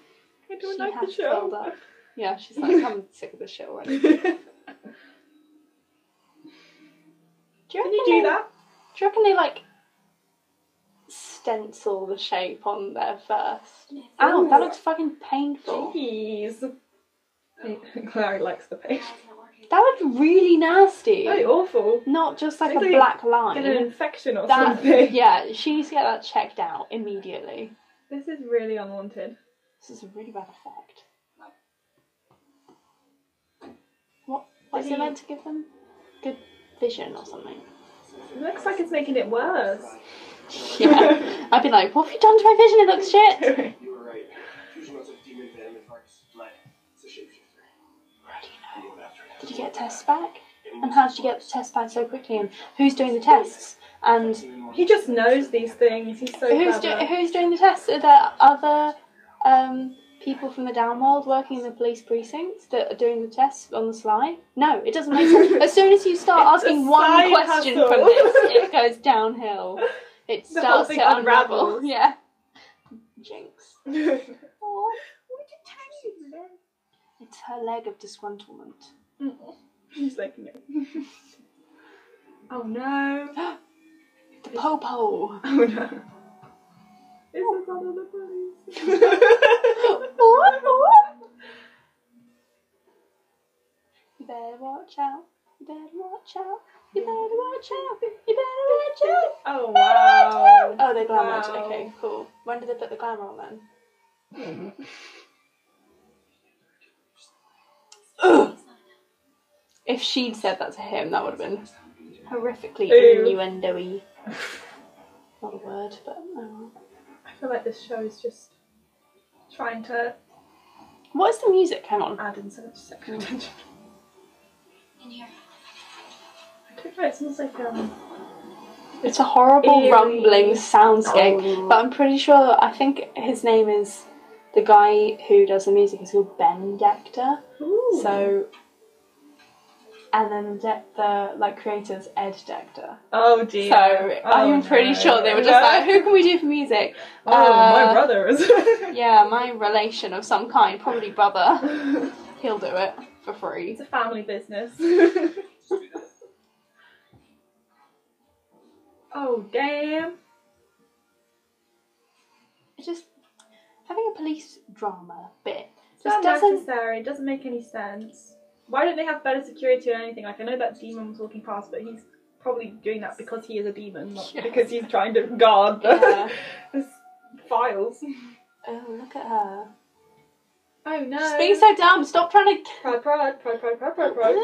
S1: she
S2: like the
S1: has curled
S2: show.
S1: up. Yeah, she's like, I'm sick of this shit already. Do you
S2: Can
S1: reckon
S2: you do
S1: they-
S2: that?
S1: Do you reckon they like stencil the shape on there first? Ow, Oh, that looks fucking painful.
S2: Jeez. Clary likes the page.
S1: That looked really nasty.
S2: Really awful.
S1: Not just like a
S2: It's like-
S1: black
S2: Get an
S1: line.
S2: infection or
S1: That
S2: something.
S1: yeah, she needs to get that checked out immediately.
S2: This is really unwanted.
S1: This is a really bad effect. What
S2: Did
S1: what's
S2: he-
S1: it meant to give them? Good vision or something.
S2: It looks like it's making it worse.
S1: Yeah. I'd be like, what have you done to my vision? It looks shit.
S3: You were right. Fusion was a demon venom in Marcus' blood. It's a shapeshifter. Right. You went after it.
S1: Did you get a test back? And how did you get the test back so quickly? And who's doing the tests? And
S2: He just knows these things. He's so
S1: who's do,
S2: clever.
S1: who's doing the tests? Are there other um, people from the downworld working in the police precincts that are doing the tests on the sly? No, it doesn't make sense. As soon as you start
S2: It's a
S1: asking one
S2: side
S1: question
S2: hustle.
S1: from this, it goes downhill. It
S2: The whole
S1: starts
S2: thing
S1: to unravel.
S2: unravels.
S1: Yeah. Jinx. Aw, It's her leg of disgruntlement.
S2: She's like, no. oh no.
S1: Popo.
S2: Oh no. This is one of the police.
S1: What? You better watch out. You better watch out. You better watch out. You better watch out.
S2: oh wow.
S1: Oh, they glamored.
S2: Wow.
S1: Okay, cool. When did they put the glamour on then?
S2: Hmm.
S1: Ugh. If she'd said that to him, that would have been horrifically
S2: Ew.
S1: innuendo-y. Not a word, but oh.
S2: I feel like this show is just trying to
S1: what is the music? Hang on.
S2: add in so much sexual tension.
S5: In here.
S2: I don't know, it sounds like um
S1: It's a horrible
S2: Eerie.
S1: rumbling soundscape, but I'm pretty sure. I think his name is the guy who does the music is called Ben Dector.
S2: ooh.
S1: So, and then the, the like creators Ed Dector.
S2: Oh dear.
S1: So I'm
S2: Oh,
S1: pretty
S2: no.
S1: sure they were just
S2: No.
S1: like, who can we do for music?
S2: Oh
S1: uh,
S2: my brothers.
S1: Yeah, my relation of some kind, probably brother. He'll do it for free.
S2: it's a family business. oh damn.
S1: It's just having a police drama bit
S2: It's
S1: just
S2: not
S1: doesn't.
S2: necessary. It doesn't make any sense. Why don't they have better security or anything? Like I know that demon was walking past, but he's probably doing that because he is a demon, not
S1: Yeah.
S2: because he's trying to guard the,
S1: Yeah.
S2: the s- files.
S1: Oh, look at her.
S2: Oh no!
S1: Just being so dumb. Stop trying to.
S2: pride, pride, pride, pride, pride, pride, pride.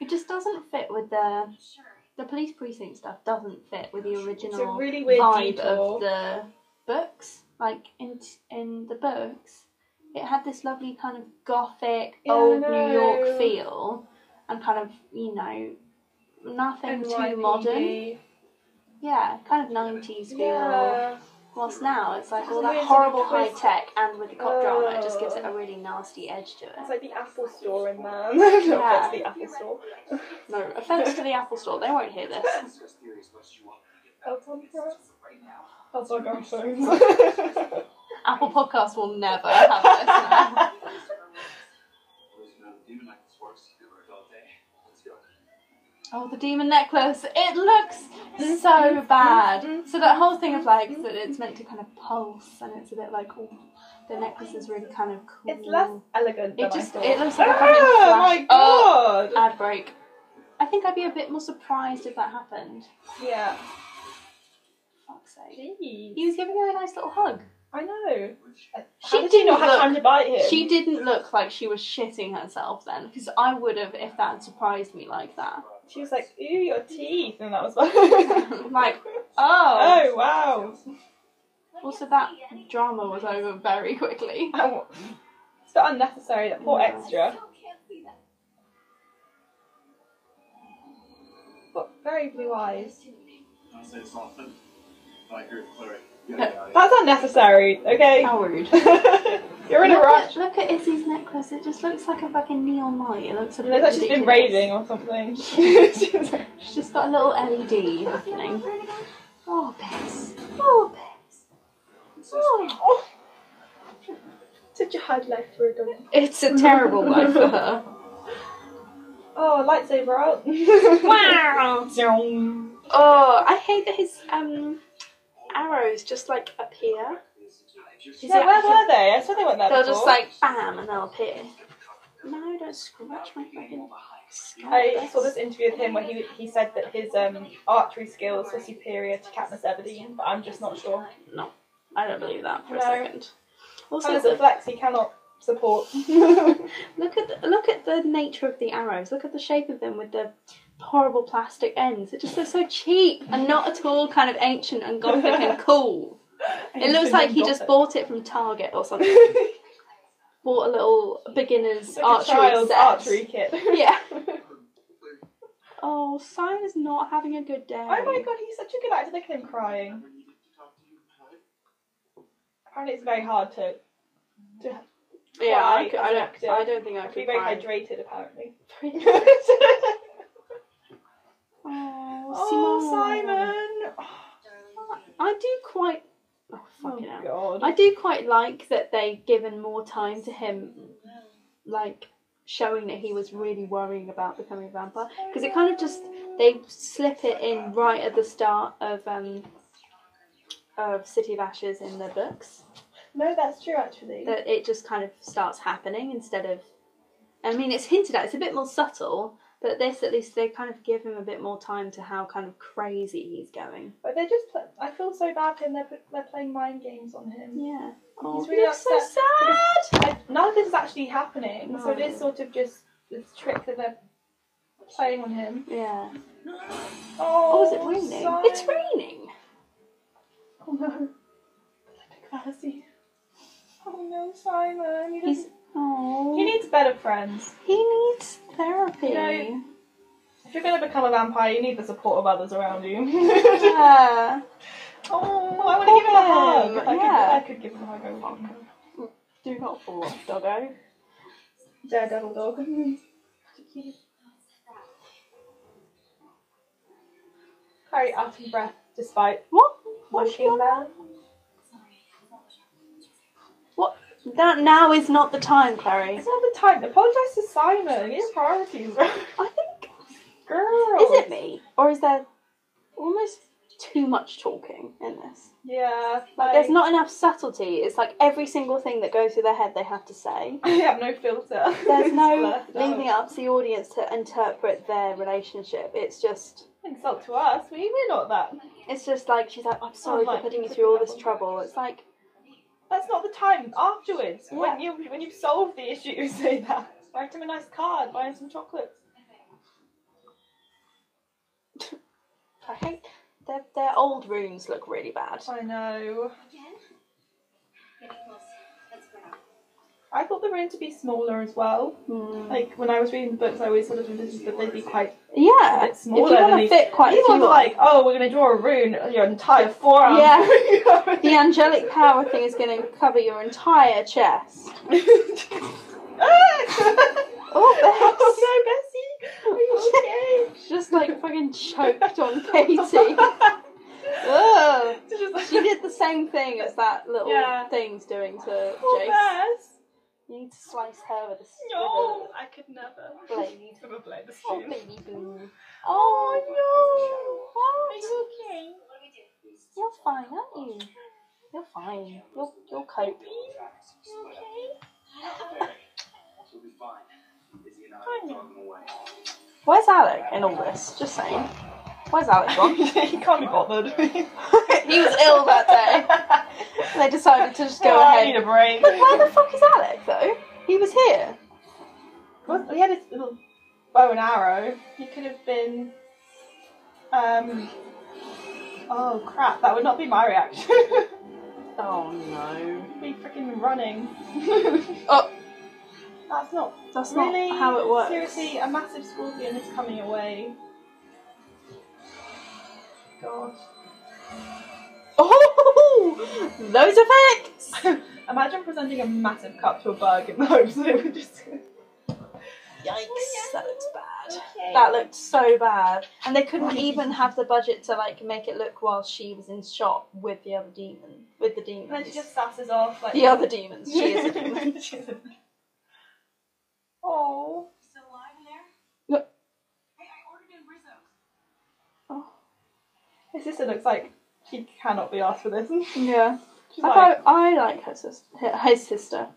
S1: It just doesn't fit with the
S5: Sure.
S1: the police precinct stuff. Doesn't fit with the
S2: it's a
S1: original
S2: really weird
S1: vibe
S2: detour.
S1: of the books. Like in in the books, it had this lovely kind of gothic
S2: Yeah, I
S1: old
S2: know.
S1: New York feel, and kind of you know nothing
S2: NYPD.
S1: too modern. Yeah, kind of nineties feel.
S2: Yeah.
S1: Whilst now it's like all
S2: It's
S1: that
S2: weird,
S1: horrible
S2: it's like
S1: high
S2: twist.
S1: tech, and with the cop drama, it just gives it
S2: Oh.
S1: a really nasty edge to
S2: It's
S1: it.
S2: like the Apple Store in man. yeah. the Apple Store.
S1: No offense to the Apple Store, they won't hear this.
S3: Discuss theories once you want me to get
S2: That's on
S3: back
S2: for
S3: to
S2: us.
S3: this right now.
S2: That's like our phones.
S1: Apple Podcasts will never have this. now.
S3: Always been on the demon like this works. You were all day. Let's go.
S1: Oh, the demon necklace. It looks so bad. So that whole thing of like that it's meant to kind of pulse and it's a bit like oh, the necklace is really kind of cool.
S2: It's less elegant. Than
S1: It just
S2: I thought.
S1: it looks like a
S2: ah,
S1: bunch of flash.
S2: my god!
S1: Oh, ad break. I think I'd be a bit more surprised if that happened.
S2: yeah.
S1: Fuck's sake.
S2: Jeez.
S1: He was giving her a nice little hug.
S2: I know.
S3: Which
S2: How
S1: She
S2: did she
S1: didn't
S2: not have
S1: look-
S2: time to bite him?
S1: She didn't look like she was shitting herself then, because I would have if that had surprised me like that.
S3: uh,
S2: She was like, "Ooh, your teeth," and that was like,
S1: Like,
S2: "Oh wow!"
S1: Also, that drama was over very quickly.
S2: Ow. It's a bit unnecessary. That poor
S1: Yeah.
S5: I
S2: extra,
S5: still can't see that.
S2: but very blue eyes.
S3: I say something. I agree with Clary.
S2: That's unnecessary. Okay.
S1: How rude.
S2: You're in a
S1: look, At,
S2: rush.
S1: look at Izzy's necklace. It just looks like a fucking neon light. It looks a
S2: Looks
S1: bit
S2: like she's been
S1: ridiculous.
S2: raving or something. She's like,
S1: She's just got a little LED happening. Oh, Bess. Oh, Bess.
S2: oh. Such a hard life for a dog.
S1: It's a terrible life for her.
S2: Oh, lightsaber out.
S1: Wow.
S2: Zoom.
S1: Oh, I hate that his um arrows just like appear. Is
S2: yeah,
S1: it-
S2: where were they? I said they weren't there.
S1: They'll
S2: before.
S1: just
S3: Oh.
S1: like bam and they'll appear. No, don't scratch my fucking scalp.
S2: I saw this interview with him where he he said that his um, archery skills were superior to Katniss Everdeen, but I'm just not sure.
S1: I don't believe that for a
S2: No.
S1: second. Also,
S2: Kind of
S1: the-
S2: flex he cannot support. yeah,
S1: Look at the, look at the nature of the arrows. Look at the shape of them with the horrible plastic ends. It just looks so cheap and not at all kind of ancient and gothic and cool. It looks like he just bought it from Target or something. Bought a little beginner's
S2: like a
S1: archery
S2: child's
S1: set.
S2: archery kit.
S1: Yeah. Oh, Simon is not having a good day.
S2: Oh my god, he's such a good actor. Look at him crying. Apparently, it's very hard to
S1: yeah, I,
S2: Why?
S1: could- I don't.
S2: Attractive.
S1: I don't think I could
S2: be very
S1: cry.
S2: hydrated. Apparently.
S1: Oh,
S2: oh, Simon!
S1: I do quite. Oh
S2: Oh
S1: fucking hell.
S2: god.
S1: I do quite like that they given more time to him, like showing that he was really worrying about becoming a vampire because it kind of just they slip it in right at the start of um of City of Ashes in the books
S2: No, that's true actually.
S1: that it just kind of starts happening instead of I mean it's hinted at it's a bit more subtle but this at least they kind of give him a bit more time to how kind of crazy he's going
S2: But they're just. Pl- I feel so bad for him. They're, put, they're playing mind games on him.
S1: yeah oh,
S2: really
S1: looks so
S2: upset.
S1: sad
S2: I, none of this is actually happening, so it
S1: No.
S2: is sort of just this trick that they're playing on him.
S1: yeah
S2: Oh,
S1: oh is it raining
S2: son.
S1: it's raining
S2: Oh no. Like Fantasy. Oh no, Simon. He,
S1: he's
S2: doesn't-
S1: oh
S2: he needs better friends.
S1: He needs therapy.
S2: You know- If you're going to become a vampire, you need the support of others around you.
S1: yeah.
S2: oh, I want to give him a hug.
S1: Poor
S2: I,
S1: him,
S2: could, I could give him a hug. I would.
S1: Do not fall off, doggo.
S2: Daredevil dog. Very out of breath, despite
S1: What? What's she
S2: walking
S1: on?
S2: there.
S1: That now is not the time, Clary.
S2: It's not the time. Apologise to Simon. Your priorities,
S1: I think.
S2: girl.
S1: Is it me? Or is there almost too much talking in this?
S2: Yeah.
S1: Like, there's not enough subtlety. It's like every single thing that goes through their head they have to say.
S2: I have no filter.
S1: There's
S2: It's
S1: no
S2: blurred out.
S1: leaving it up to the audience to interpret their relationship. It's just.
S2: insult to us. We we're not that.
S1: It's just like she's like, I'm sorry for
S2: my-
S1: putting you through all this trouble. It's like,
S2: That's not the time. Afterwards,
S1: Yeah.
S2: when you when you've solved the issue, you say that. Write him a nice card. Buy him some chocolates.
S1: I hate their their old rooms look really bad.
S2: I know.
S5: Again? Getting close. Let's burn up.
S2: I thought the room to be smaller as well.
S1: Mm.
S2: Like when I was reading the books, I always sort of envisioned that they'd be quite.
S1: Yeah,
S2: A bit
S1: if you
S2: smaller than
S1: want to
S2: these-
S1: fit quite a
S2: These
S1: few
S2: ones are
S1: on.
S2: like, oh, we're gonna draw a rune on your entire forearm.
S1: Yeah. the angelic power thing is going to cover your entire chest.
S2: Ah! oh, oh no, Bessie! Are you okay?
S1: She's just like fucking choked on Katie. Ugh.
S2: It's just like-
S1: She did the same thing as that little
S2: Yeah.
S1: thing's doing to
S2: Poor
S1: Jace.
S2: Bess.
S1: You need to slice her with a, s-
S2: No, I could never.
S1: with a blade.
S2: With a blade.
S1: Oh, baby boo.
S2: Oh
S1: What?
S2: no! Are you okay?
S5: What do we do?
S1: You're fine, aren't you? You're fine. You'll, you'll cope.
S2: You okay?
S3: We'll be fine. Izzy and I
S2: I
S3: will
S2: know.
S3: drive them away.
S1: Where's Alec in all this? Just saying. Where's Alec gone?
S2: he can't be bothered.
S1: he was ill that day. They decided to just go
S2: Oh, I need
S1: ahead.
S2: a break.
S1: But where the fuck is Alec though? He was here.
S2: What- He had his little bow and arrow. He could have been. Um. Oh crap! That would not be my reaction.
S1: Oh no.
S2: be freaking running.
S1: Oh.
S2: That's not
S1: That's
S2: really
S1: not how it works.
S2: Seriously, a massive scorpion is coming away. Gosh.
S1: Oh, those effects.
S2: Imagine presenting a massive cup to a bug in the hopes that it would just.
S1: Yikes, that looks bad.
S2: Okay.
S1: That looked so bad, and they couldn't even have the budget to like make it look while she was in shot with the other demon, with the
S2: And then she
S1: demons,
S2: just sasses off like.
S1: the other demons. She is a demon.
S2: Oh.
S4: Still alive in there?
S1: No.
S4: Hey, I ordered in Rizzo's.
S2: His sister looks like she cannot be asked for this.
S1: Yeah,
S2: She's
S1: I, thought-
S2: like,
S1: I like her sis- his sister.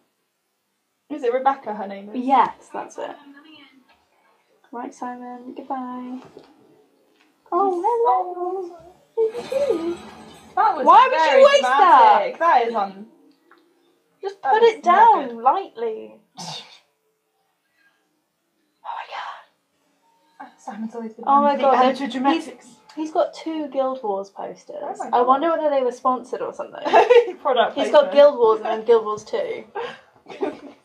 S2: is it Rebecca? Her name is.
S1: Yes, that's it.
S4: I'm coming in.
S1: Right, Simon. Goodbye. Oh, hello.
S2: That was
S1: Why would you
S2: very
S1: waste
S2: dramatic. That is on.
S1: Just
S2: That
S1: put
S2: was
S1: it
S2: not
S1: down lightly. Oh my god.
S2: Simon's always been.
S1: Oh my
S2: the
S1: God, they're-
S2: amateur dramatics.
S1: He's got two Guild Wars posters.
S2: Oh my
S1: I
S2: God.
S1: wonder whether they were sponsored or something.
S2: Product.
S1: He's got
S2: placement.
S1: Guild Wars and then Guild Wars 2.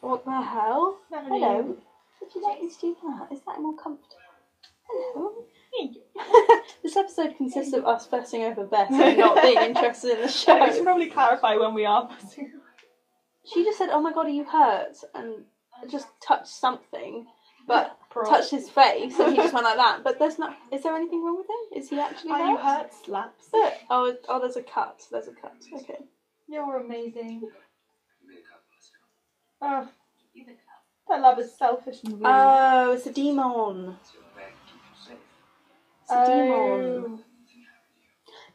S1: What the hell?
S2: Never knew.
S1: Hello. Would you like me to do that? Is that more comfortable? Hello.
S2: Thank you.
S1: this episode consists of us fussing over Bess and not being interested in the
S2: I should
S1: show.
S2: probably clarify when we are.
S1: She just said, "Oh my god, are you hurt?" and just touched something, but touched his face, and he just went like that. But there's not. Is there anything wrong with him? Is he actually
S2: Are you
S1: hurt?
S2: hurt? Slaps.
S1: Look. Oh, it- oh, there's a cut. There's a cut. Okay.
S2: You're amazing.
S3: Give me a couple, let's go.
S2: Oh,
S5: You the cup.
S2: that I love is selfish and rude.
S1: Oh, it's a demon.
S3: So we better keep you safe.
S1: It's a demon.
S2: Oh.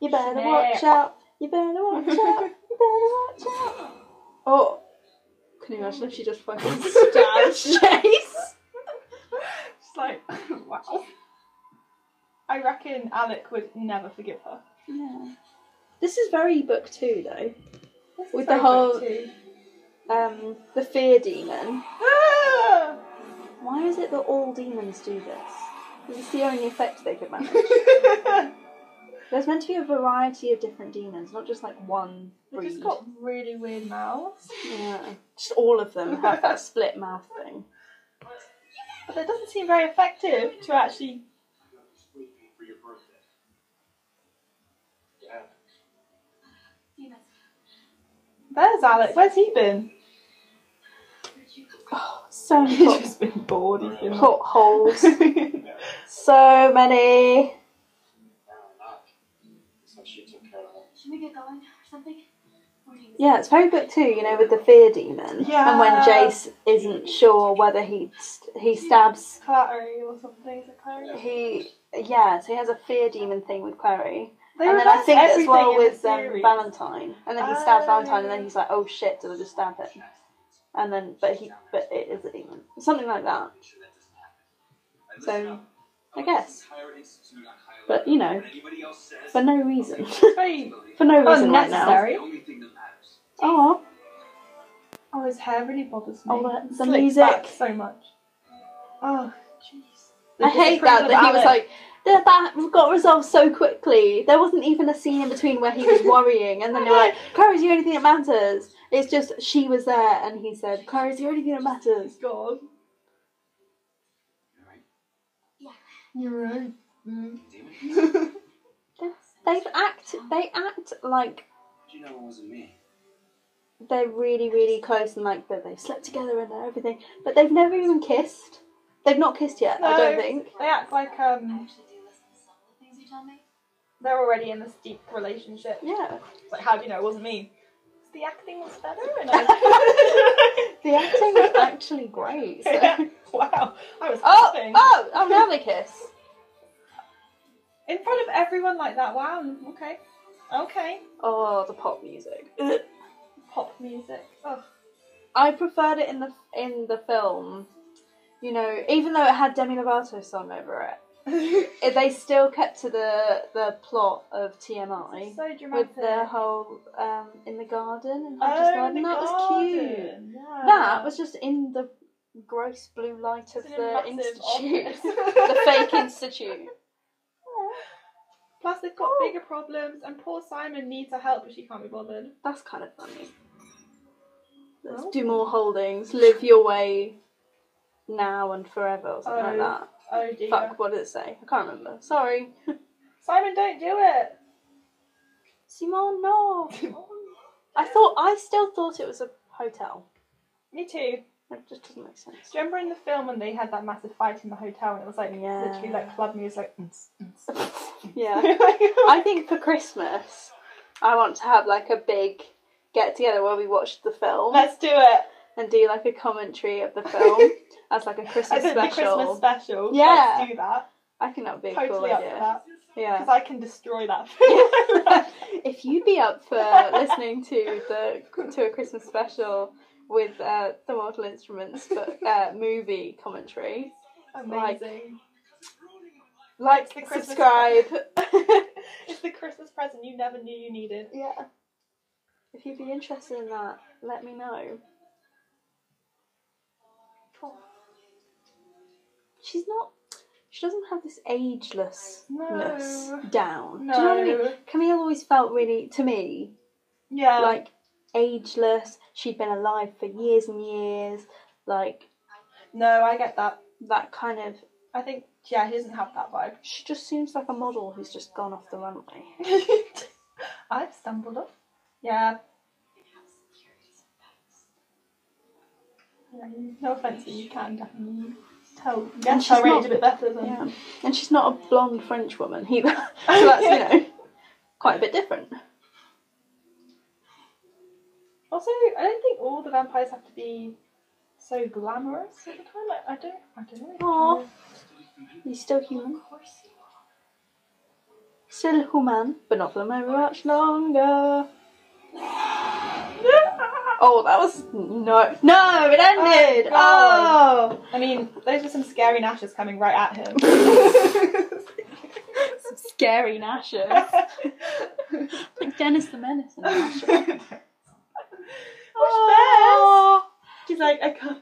S1: You better
S2: Snap.
S1: watch out. You better watch out. You better watch out. Oh. Can you imagine if she just fucking stabs Chase?
S2: Just like, wow. I reckon Alec would never forgive her.
S1: Yeah. This is very book two, though.
S2: This is
S1: With the
S2: so
S1: whole-
S2: guilty.
S1: Um, the fear demon.
S2: Ah!
S1: Why is it that all demons do this? Because it's the only effect they could manage.
S2: they
S1: There's meant to be a variety of different demons, not just like one breed.
S2: just got really weird mouths.
S1: Yeah. Just all of them have that split mouth thing.
S2: But that doesn't seem very effective to actually.
S3: I got this weeping for your birthday. Yeah.
S5: Seamus,
S2: There's Alec. Where's he been?
S5: where'd you go?
S1: So
S2: He's just been bored. He's been.
S1: potholes. so many.
S3: Apparently not. So she took care of it.
S5: Should we get going or something? Morning.
S1: Yeah, it's very book two, you know, with the fear demon. And when
S2: Yeah.
S1: Jace isn't sure whether he st- he stabs
S2: Clattery or something. Is it Clattery?
S1: he yeah, so he has a fear demon thing with Clary.
S2: They
S1: and then I
S2: reversed
S1: think as
S2: everything
S1: well
S2: in the
S1: with um,
S2: series.
S1: Valentine. And then he stabs
S2: Oh.
S1: Valentine and then he's like, Oh shit, did I just stab it? And then but he but it is a demon. Something like that.
S3: I'm sure that doesn't happen. I
S1: So,
S3: listen up.
S1: I
S3: want
S1: guess.
S3: this entire institute on high
S1: But,
S3: alert.
S1: you know,
S3: When anybody else says-
S1: For no reason.
S2: It's very
S1: For no reason right now.
S2: unnecessary.
S3: The only thing that matters.
S1: Oh,
S2: Oh, his hair really bothers me.
S1: oh the, the
S2: Slicked
S1: music.
S2: back so much. Oh, jeez.
S1: I hate that that he was like that, that got resolved so quickly. There wasn't even a scene in between where he was worrying, and then they were like, "Clara's the only thing that matters." It's just she was there, and he said, "Clara's the only thing that matters."
S2: God.
S3: All right,
S2: You're right.
S3: demon.
S1: They act, they act like
S3: How'd you know it wasn't me?
S1: they're really, really close, and like that they've slept together and everything, but they've never even kissed. They've not kissed yet, I don't
S2: No.
S1: think.
S2: They act like
S5: I
S2: um
S5: actually do listen to some of the things you tell me.
S2: they're already in this deep relationship.
S1: Yeah,
S2: It's like, how do you know it wasn't me? 'Cause The acting was better, and I.
S1: the acting was actually great. so-
S2: Yeah. Wow, I was
S1: Oh,
S2: laughing
S1: oh, oh! Now they kiss.
S2: in front of everyone like that. Wow. Okay. Okay.
S1: Oh, the pop music.
S2: Pop music. Oh.
S1: I preferred it in the in the film. You know, even though it had Demi Lovato's song over it, it, they still kept to the the plot of TMI
S2: so dramatic.
S1: with the whole um, in the garden and Hunter's
S2: oh,
S1: garden.
S2: in the
S1: That was cute.
S2: garden.
S1: That was just in the gross blue light of
S2: It's in a
S1: the
S2: massive
S1: institute,
S2: office.
S1: the fake institute.
S2: Plus, they've got
S1: Oh.
S2: bigger problems, and poor Simon needs her help, but she can't be bothered.
S1: That's kind of funny. Let's
S2: Oh.
S1: do more holdings. Live your way now and forever, or something like
S2: Oh.
S1: that.
S2: Oh dear.
S1: Fuck, what did it say? I can't remember. Sorry.
S2: Simon, don't do it.
S1: Simon, no. I thought, I still thought it was a hotel.
S2: Me too.
S1: It just doesn't make sense.
S2: Do you remember in the film when they had that massive fight in the hotel and it was like
S1: Yeah.
S2: literally like club music?
S1: Yeah. I think for Christmas, I want to have like a big get together where we watch the film
S2: Let's do it.
S1: and do like a commentary of the film as like a
S2: I
S1: Christmas
S2: think the
S1: special.
S2: Christmas special.
S1: Yeah.
S2: Let's do that.
S1: I think that would be a cool
S2: Totally up for
S1: idea.
S2: that.
S1: Yeah.
S2: Because I can destroy that film.
S1: if you'd be up for listening to the to a Christmas special with uh, the Mortal Instruments but uh, movie commentary,
S2: Amazing.
S1: like,
S2: It's the Christmas-
S1: subscribe.
S2: it's the Christmas present you never knew you needed.
S1: yeah. If you'd be interested in that, let me know. She's not. She doesn't have this agelessness
S2: No.
S1: down.
S2: No.
S1: Do you know what I mean? Camille always felt really, to me,
S2: Yeah.
S1: like ageless. She'd been alive for years and years, like
S2: no, I get that.
S1: that kind of.
S2: I think yeah, he doesn't have that vibe.
S1: She just seems like a model who's just gone off the runway.
S2: I've stumbled off. Yeah. No offense, but you can definitely tell. Yeah,
S1: she's
S2: her
S1: not-
S2: range a bit better than.
S1: Yeah, and she's not a blonde French woman either, so that's you know quite a bit different.
S2: Also, I don't think all the vampires have to be so glamorous at the time. I, I don't, I don't know.
S1: Aw. He's still human.
S4: Of course you are.
S1: Still human, but not for very much longer. Oh, that was no, no, it ended.
S2: God.
S1: Oh,
S2: I mean, those were some scary gnashes coming right at him.
S1: some scary Nasher, like Dennis the Menace. and that.
S2: Push She's like, I can't.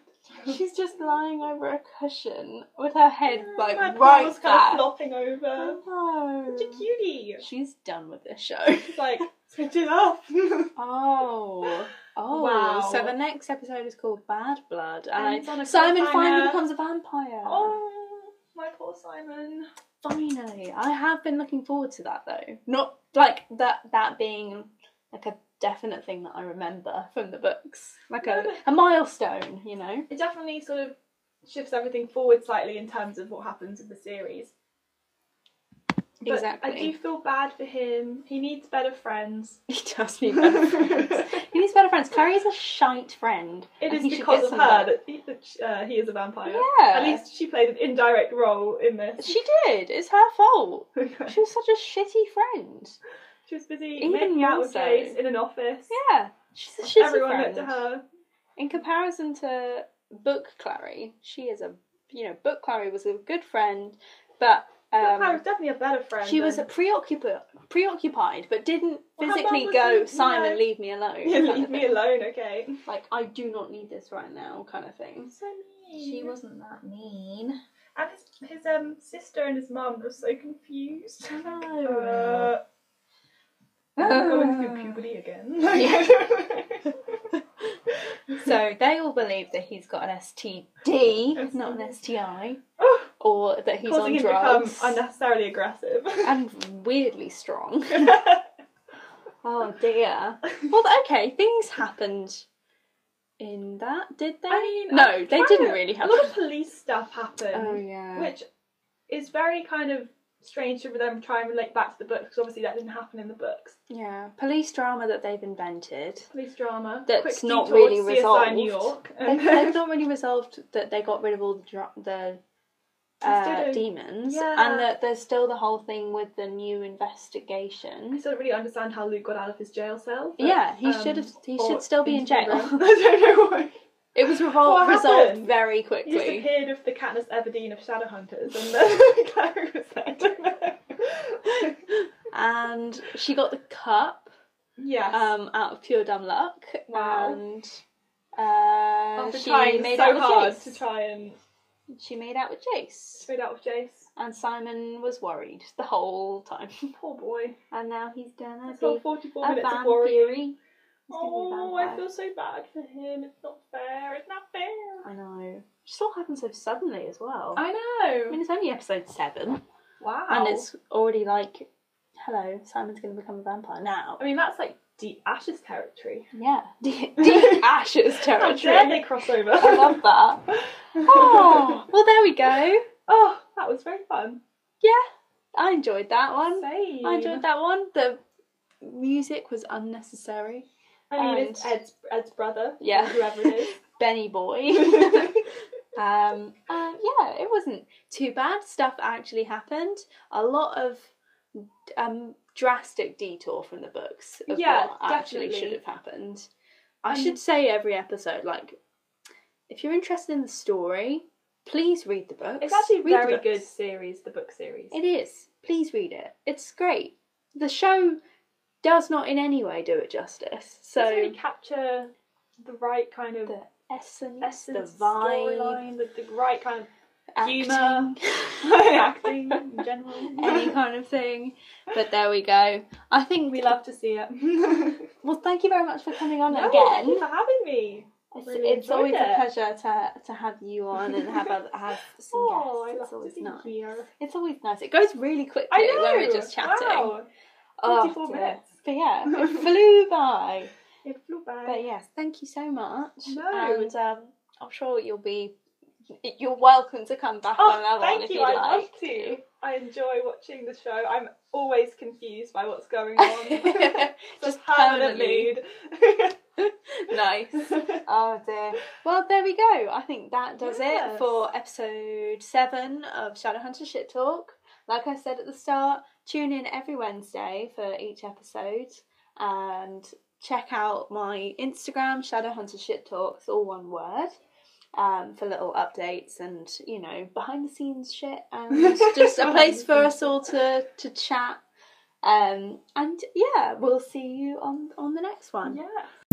S1: She's just lying over a cushion with her head like
S2: My
S1: right
S2: pal's kind of
S1: back.
S2: flopping over.
S1: No.
S2: Such a cutie.
S1: She's done with this show.
S2: She's like, switch it off.
S1: Oh. Oh,
S2: Wow.
S1: so the next episode is called Bad Blood, and,
S2: Ends on a
S1: Simon
S2: cliffhanger.
S1: finally becomes a vampire.
S2: oh, my poor Simon.
S1: Finally, I have been looking forward to that though. Not like that that being like a definite thing that I remember from the books, like a,
S2: No, but-
S1: a milestone, you know.
S2: It definitely sort of shifts everything forward slightly in terms of what happens with the series. But
S1: exactly.
S2: I do feel bad for him. He needs better friends.
S1: He does need better friends. he needs better friends. Clary is a shite friend.
S2: It
S1: and
S2: is
S1: he should
S2: because
S1: get
S2: of
S1: some
S2: her
S1: better-
S2: that he, that sh- uh, he is a vampire.
S1: Yeah.
S2: At least she played an indirect role in this.
S1: She did. It's her fault. She was such a shitty friend.
S2: she was busy
S1: Even
S2: making out
S1: more
S2: with
S1: so.
S2: Jace in an office.
S1: Yeah. She's a shitty
S2: Everyone
S1: friend.
S2: looked at her.
S1: In comparison to Book Clary, she is a you know Book Clary was a good friend, but
S2: Um,
S1: um,
S2: was definitely a better friend.
S1: she was
S2: than-
S1: preoccupied, preoccupied, but didn't
S2: Well, how bad
S1: physically
S2: was
S1: go.
S2: it?
S1: Simon,
S2: No.
S1: leave me alone.
S2: Yeah,
S1: kind of
S2: leave me
S1: thing.
S2: alone, okay?
S1: Like I do not need this right now, kind of thing.
S2: So mean.
S6: She wasn't that mean.
S2: And his, his um sister and his mum were so confused.
S1: No.
S2: Uh, I'm going
S1: Uh.
S2: through puberty again.
S1: So they all believe that he's got an STD, not an STI, or that he's
S2: Oh. Causing
S1: on
S2: him
S1: drugs
S2: to become unnecessarily aggressive.
S1: and weirdly strong. Oh dear. Well, okay, things happened in that, did they?
S2: I mean,
S1: no,
S2: I'm
S1: they
S2: trying
S1: didn't
S2: to-
S1: really
S2: a
S1: happen.
S2: lot of police stuff happened,
S1: Oh yeah.
S2: which is very kind of strange to them try and relate back to the books. 'cause Obviously, that didn't happen in the books.
S1: yeah, police drama that they've invented.
S2: Police drama.
S1: That's
S2: quick
S1: not
S2: detour,
S1: really
S2: CSI
S1: resolved.
S2: New York. Um,
S1: They've,
S2: And
S1: they've not really resolved that they got rid of all the dra- the
S2: Still
S1: uh,
S2: don't-
S1: demons,
S2: Yeah.
S1: and that there's still the whole thing with the new
S2: I
S1: investigation.
S2: still don't really understand how Luke got out of his jail cell. but,
S1: yeah, he
S2: um,
S1: should have. He
S2: or
S1: should still be in
S2: into the room.
S1: jail.
S2: I don't know why.
S1: it was revol-
S2: What
S1: resolved
S2: happened?
S1: very
S2: He
S1: quickly.
S2: disappeared with the Katniss Everdeen of Shadowhunters, and then Clary was there. I don't know.
S1: and she got the cup.
S2: Yes.
S1: um, out of pure dumb luck.
S2: Wow.
S1: And uh,
S2: After
S1: she
S2: trying
S1: made out
S2: so
S1: with
S2: hard
S1: Jace.
S2: to try and
S1: She made out with Jace.
S2: straight out with Jace.
S1: And Simon was worried the whole time.
S2: Poor boy.
S1: And now he's gonna
S2: That's
S1: be
S2: all
S1: a
S2: 44 minutes of
S1: vampire.
S2: worrying.
S1: He's
S2: Oh,
S1: gonna be a
S2: I
S1: vampire.
S2: feel so bad for him. It's not fair. It's not fair.
S1: I know. It all happened so suddenly as well. I
S2: I know.
S1: mean, it's only episode seven,
S2: Wow.
S1: and it's already like, hello, Simon's gonna become a vampire now.
S2: I mean, that's like deep ashes territory.
S1: Yeah, deep, deep ashes
S2: How dare they
S1: territory.
S2: cross over?
S1: I love that. Oh, well, there we go.
S2: Oh, that was very fun.
S1: Yeah, I enjoyed that one.
S2: Same.
S1: I enjoyed that one. The music was unnecessary.
S2: I mean, it's
S1: And-
S2: Ed's, Ed's brother.
S1: Yeah.
S2: or Whoever it
S1: Benny Boy.
S2: is.
S1: um, uh, yeah, it wasn't too bad. Stuff actually happened. A lot of um, drastic detour from the books. Of
S2: Yeah,
S1: what actually
S2: definitely.
S1: should have happened. I
S2: And-
S1: should say every episode, like, if you're interested in the story, please read the books.
S2: it's actually a
S1: read the
S2: very
S1: books.
S2: good series, the book series.
S1: It is. Please read it. It's great. The show does not in any way do it justice. So
S2: doesn't really capture the right kind of
S1: the essence,
S2: essence,
S1: the vibe,
S2: storyline, the, the right kind
S1: acting,
S2: humour. of acting in
S1: any
S2: general.
S1: kind of thing. But there we go. I think
S2: we love to see it. no,
S1: Well, thank you very much for coming on
S2: thank you
S1: again.
S2: for having me.
S1: It's,
S2: really
S1: it's always
S2: enjoyed
S1: a
S2: it.
S1: pleasure to to have you on and have other, have some
S2: Oh, I
S1: guests.
S2: love
S1: It's always
S2: to be
S1: nice.
S2: here.
S1: It's always nice. It goes really quickly
S2: I know.
S1: when we're just chatting.
S2: Wow.
S1: Oh,
S2: 44
S1: dear.
S2: minutes.
S1: But yeah, it flew by.
S2: It flew by.
S1: But yes, thank you so much.
S2: No.
S1: And um, I'm sure you'll be. You're welcome to come back on
S2: Oh,
S1: another one
S2: thank
S1: if
S2: you.
S1: would
S2: I
S1: like.
S2: love to. I enjoy watching the show. I'm always confused by what's going on.
S1: Just
S2: Just permanently.
S1: nice.
S7: Oh dear.
S1: Well, there we go. I think that does it
S2: Yes.
S1: for episode seven of Shadowhunter Shit Talk. Like I said at the start, tune in every Wednesday for each episode and check out my Instagram, Shadowhunter Shit Talks, all one word, um, for little updates and, you know, behind the scenes shit and just a place for us all to, to chat. Um, and yeah, we'll see you on, on the next one.
S2: yeah.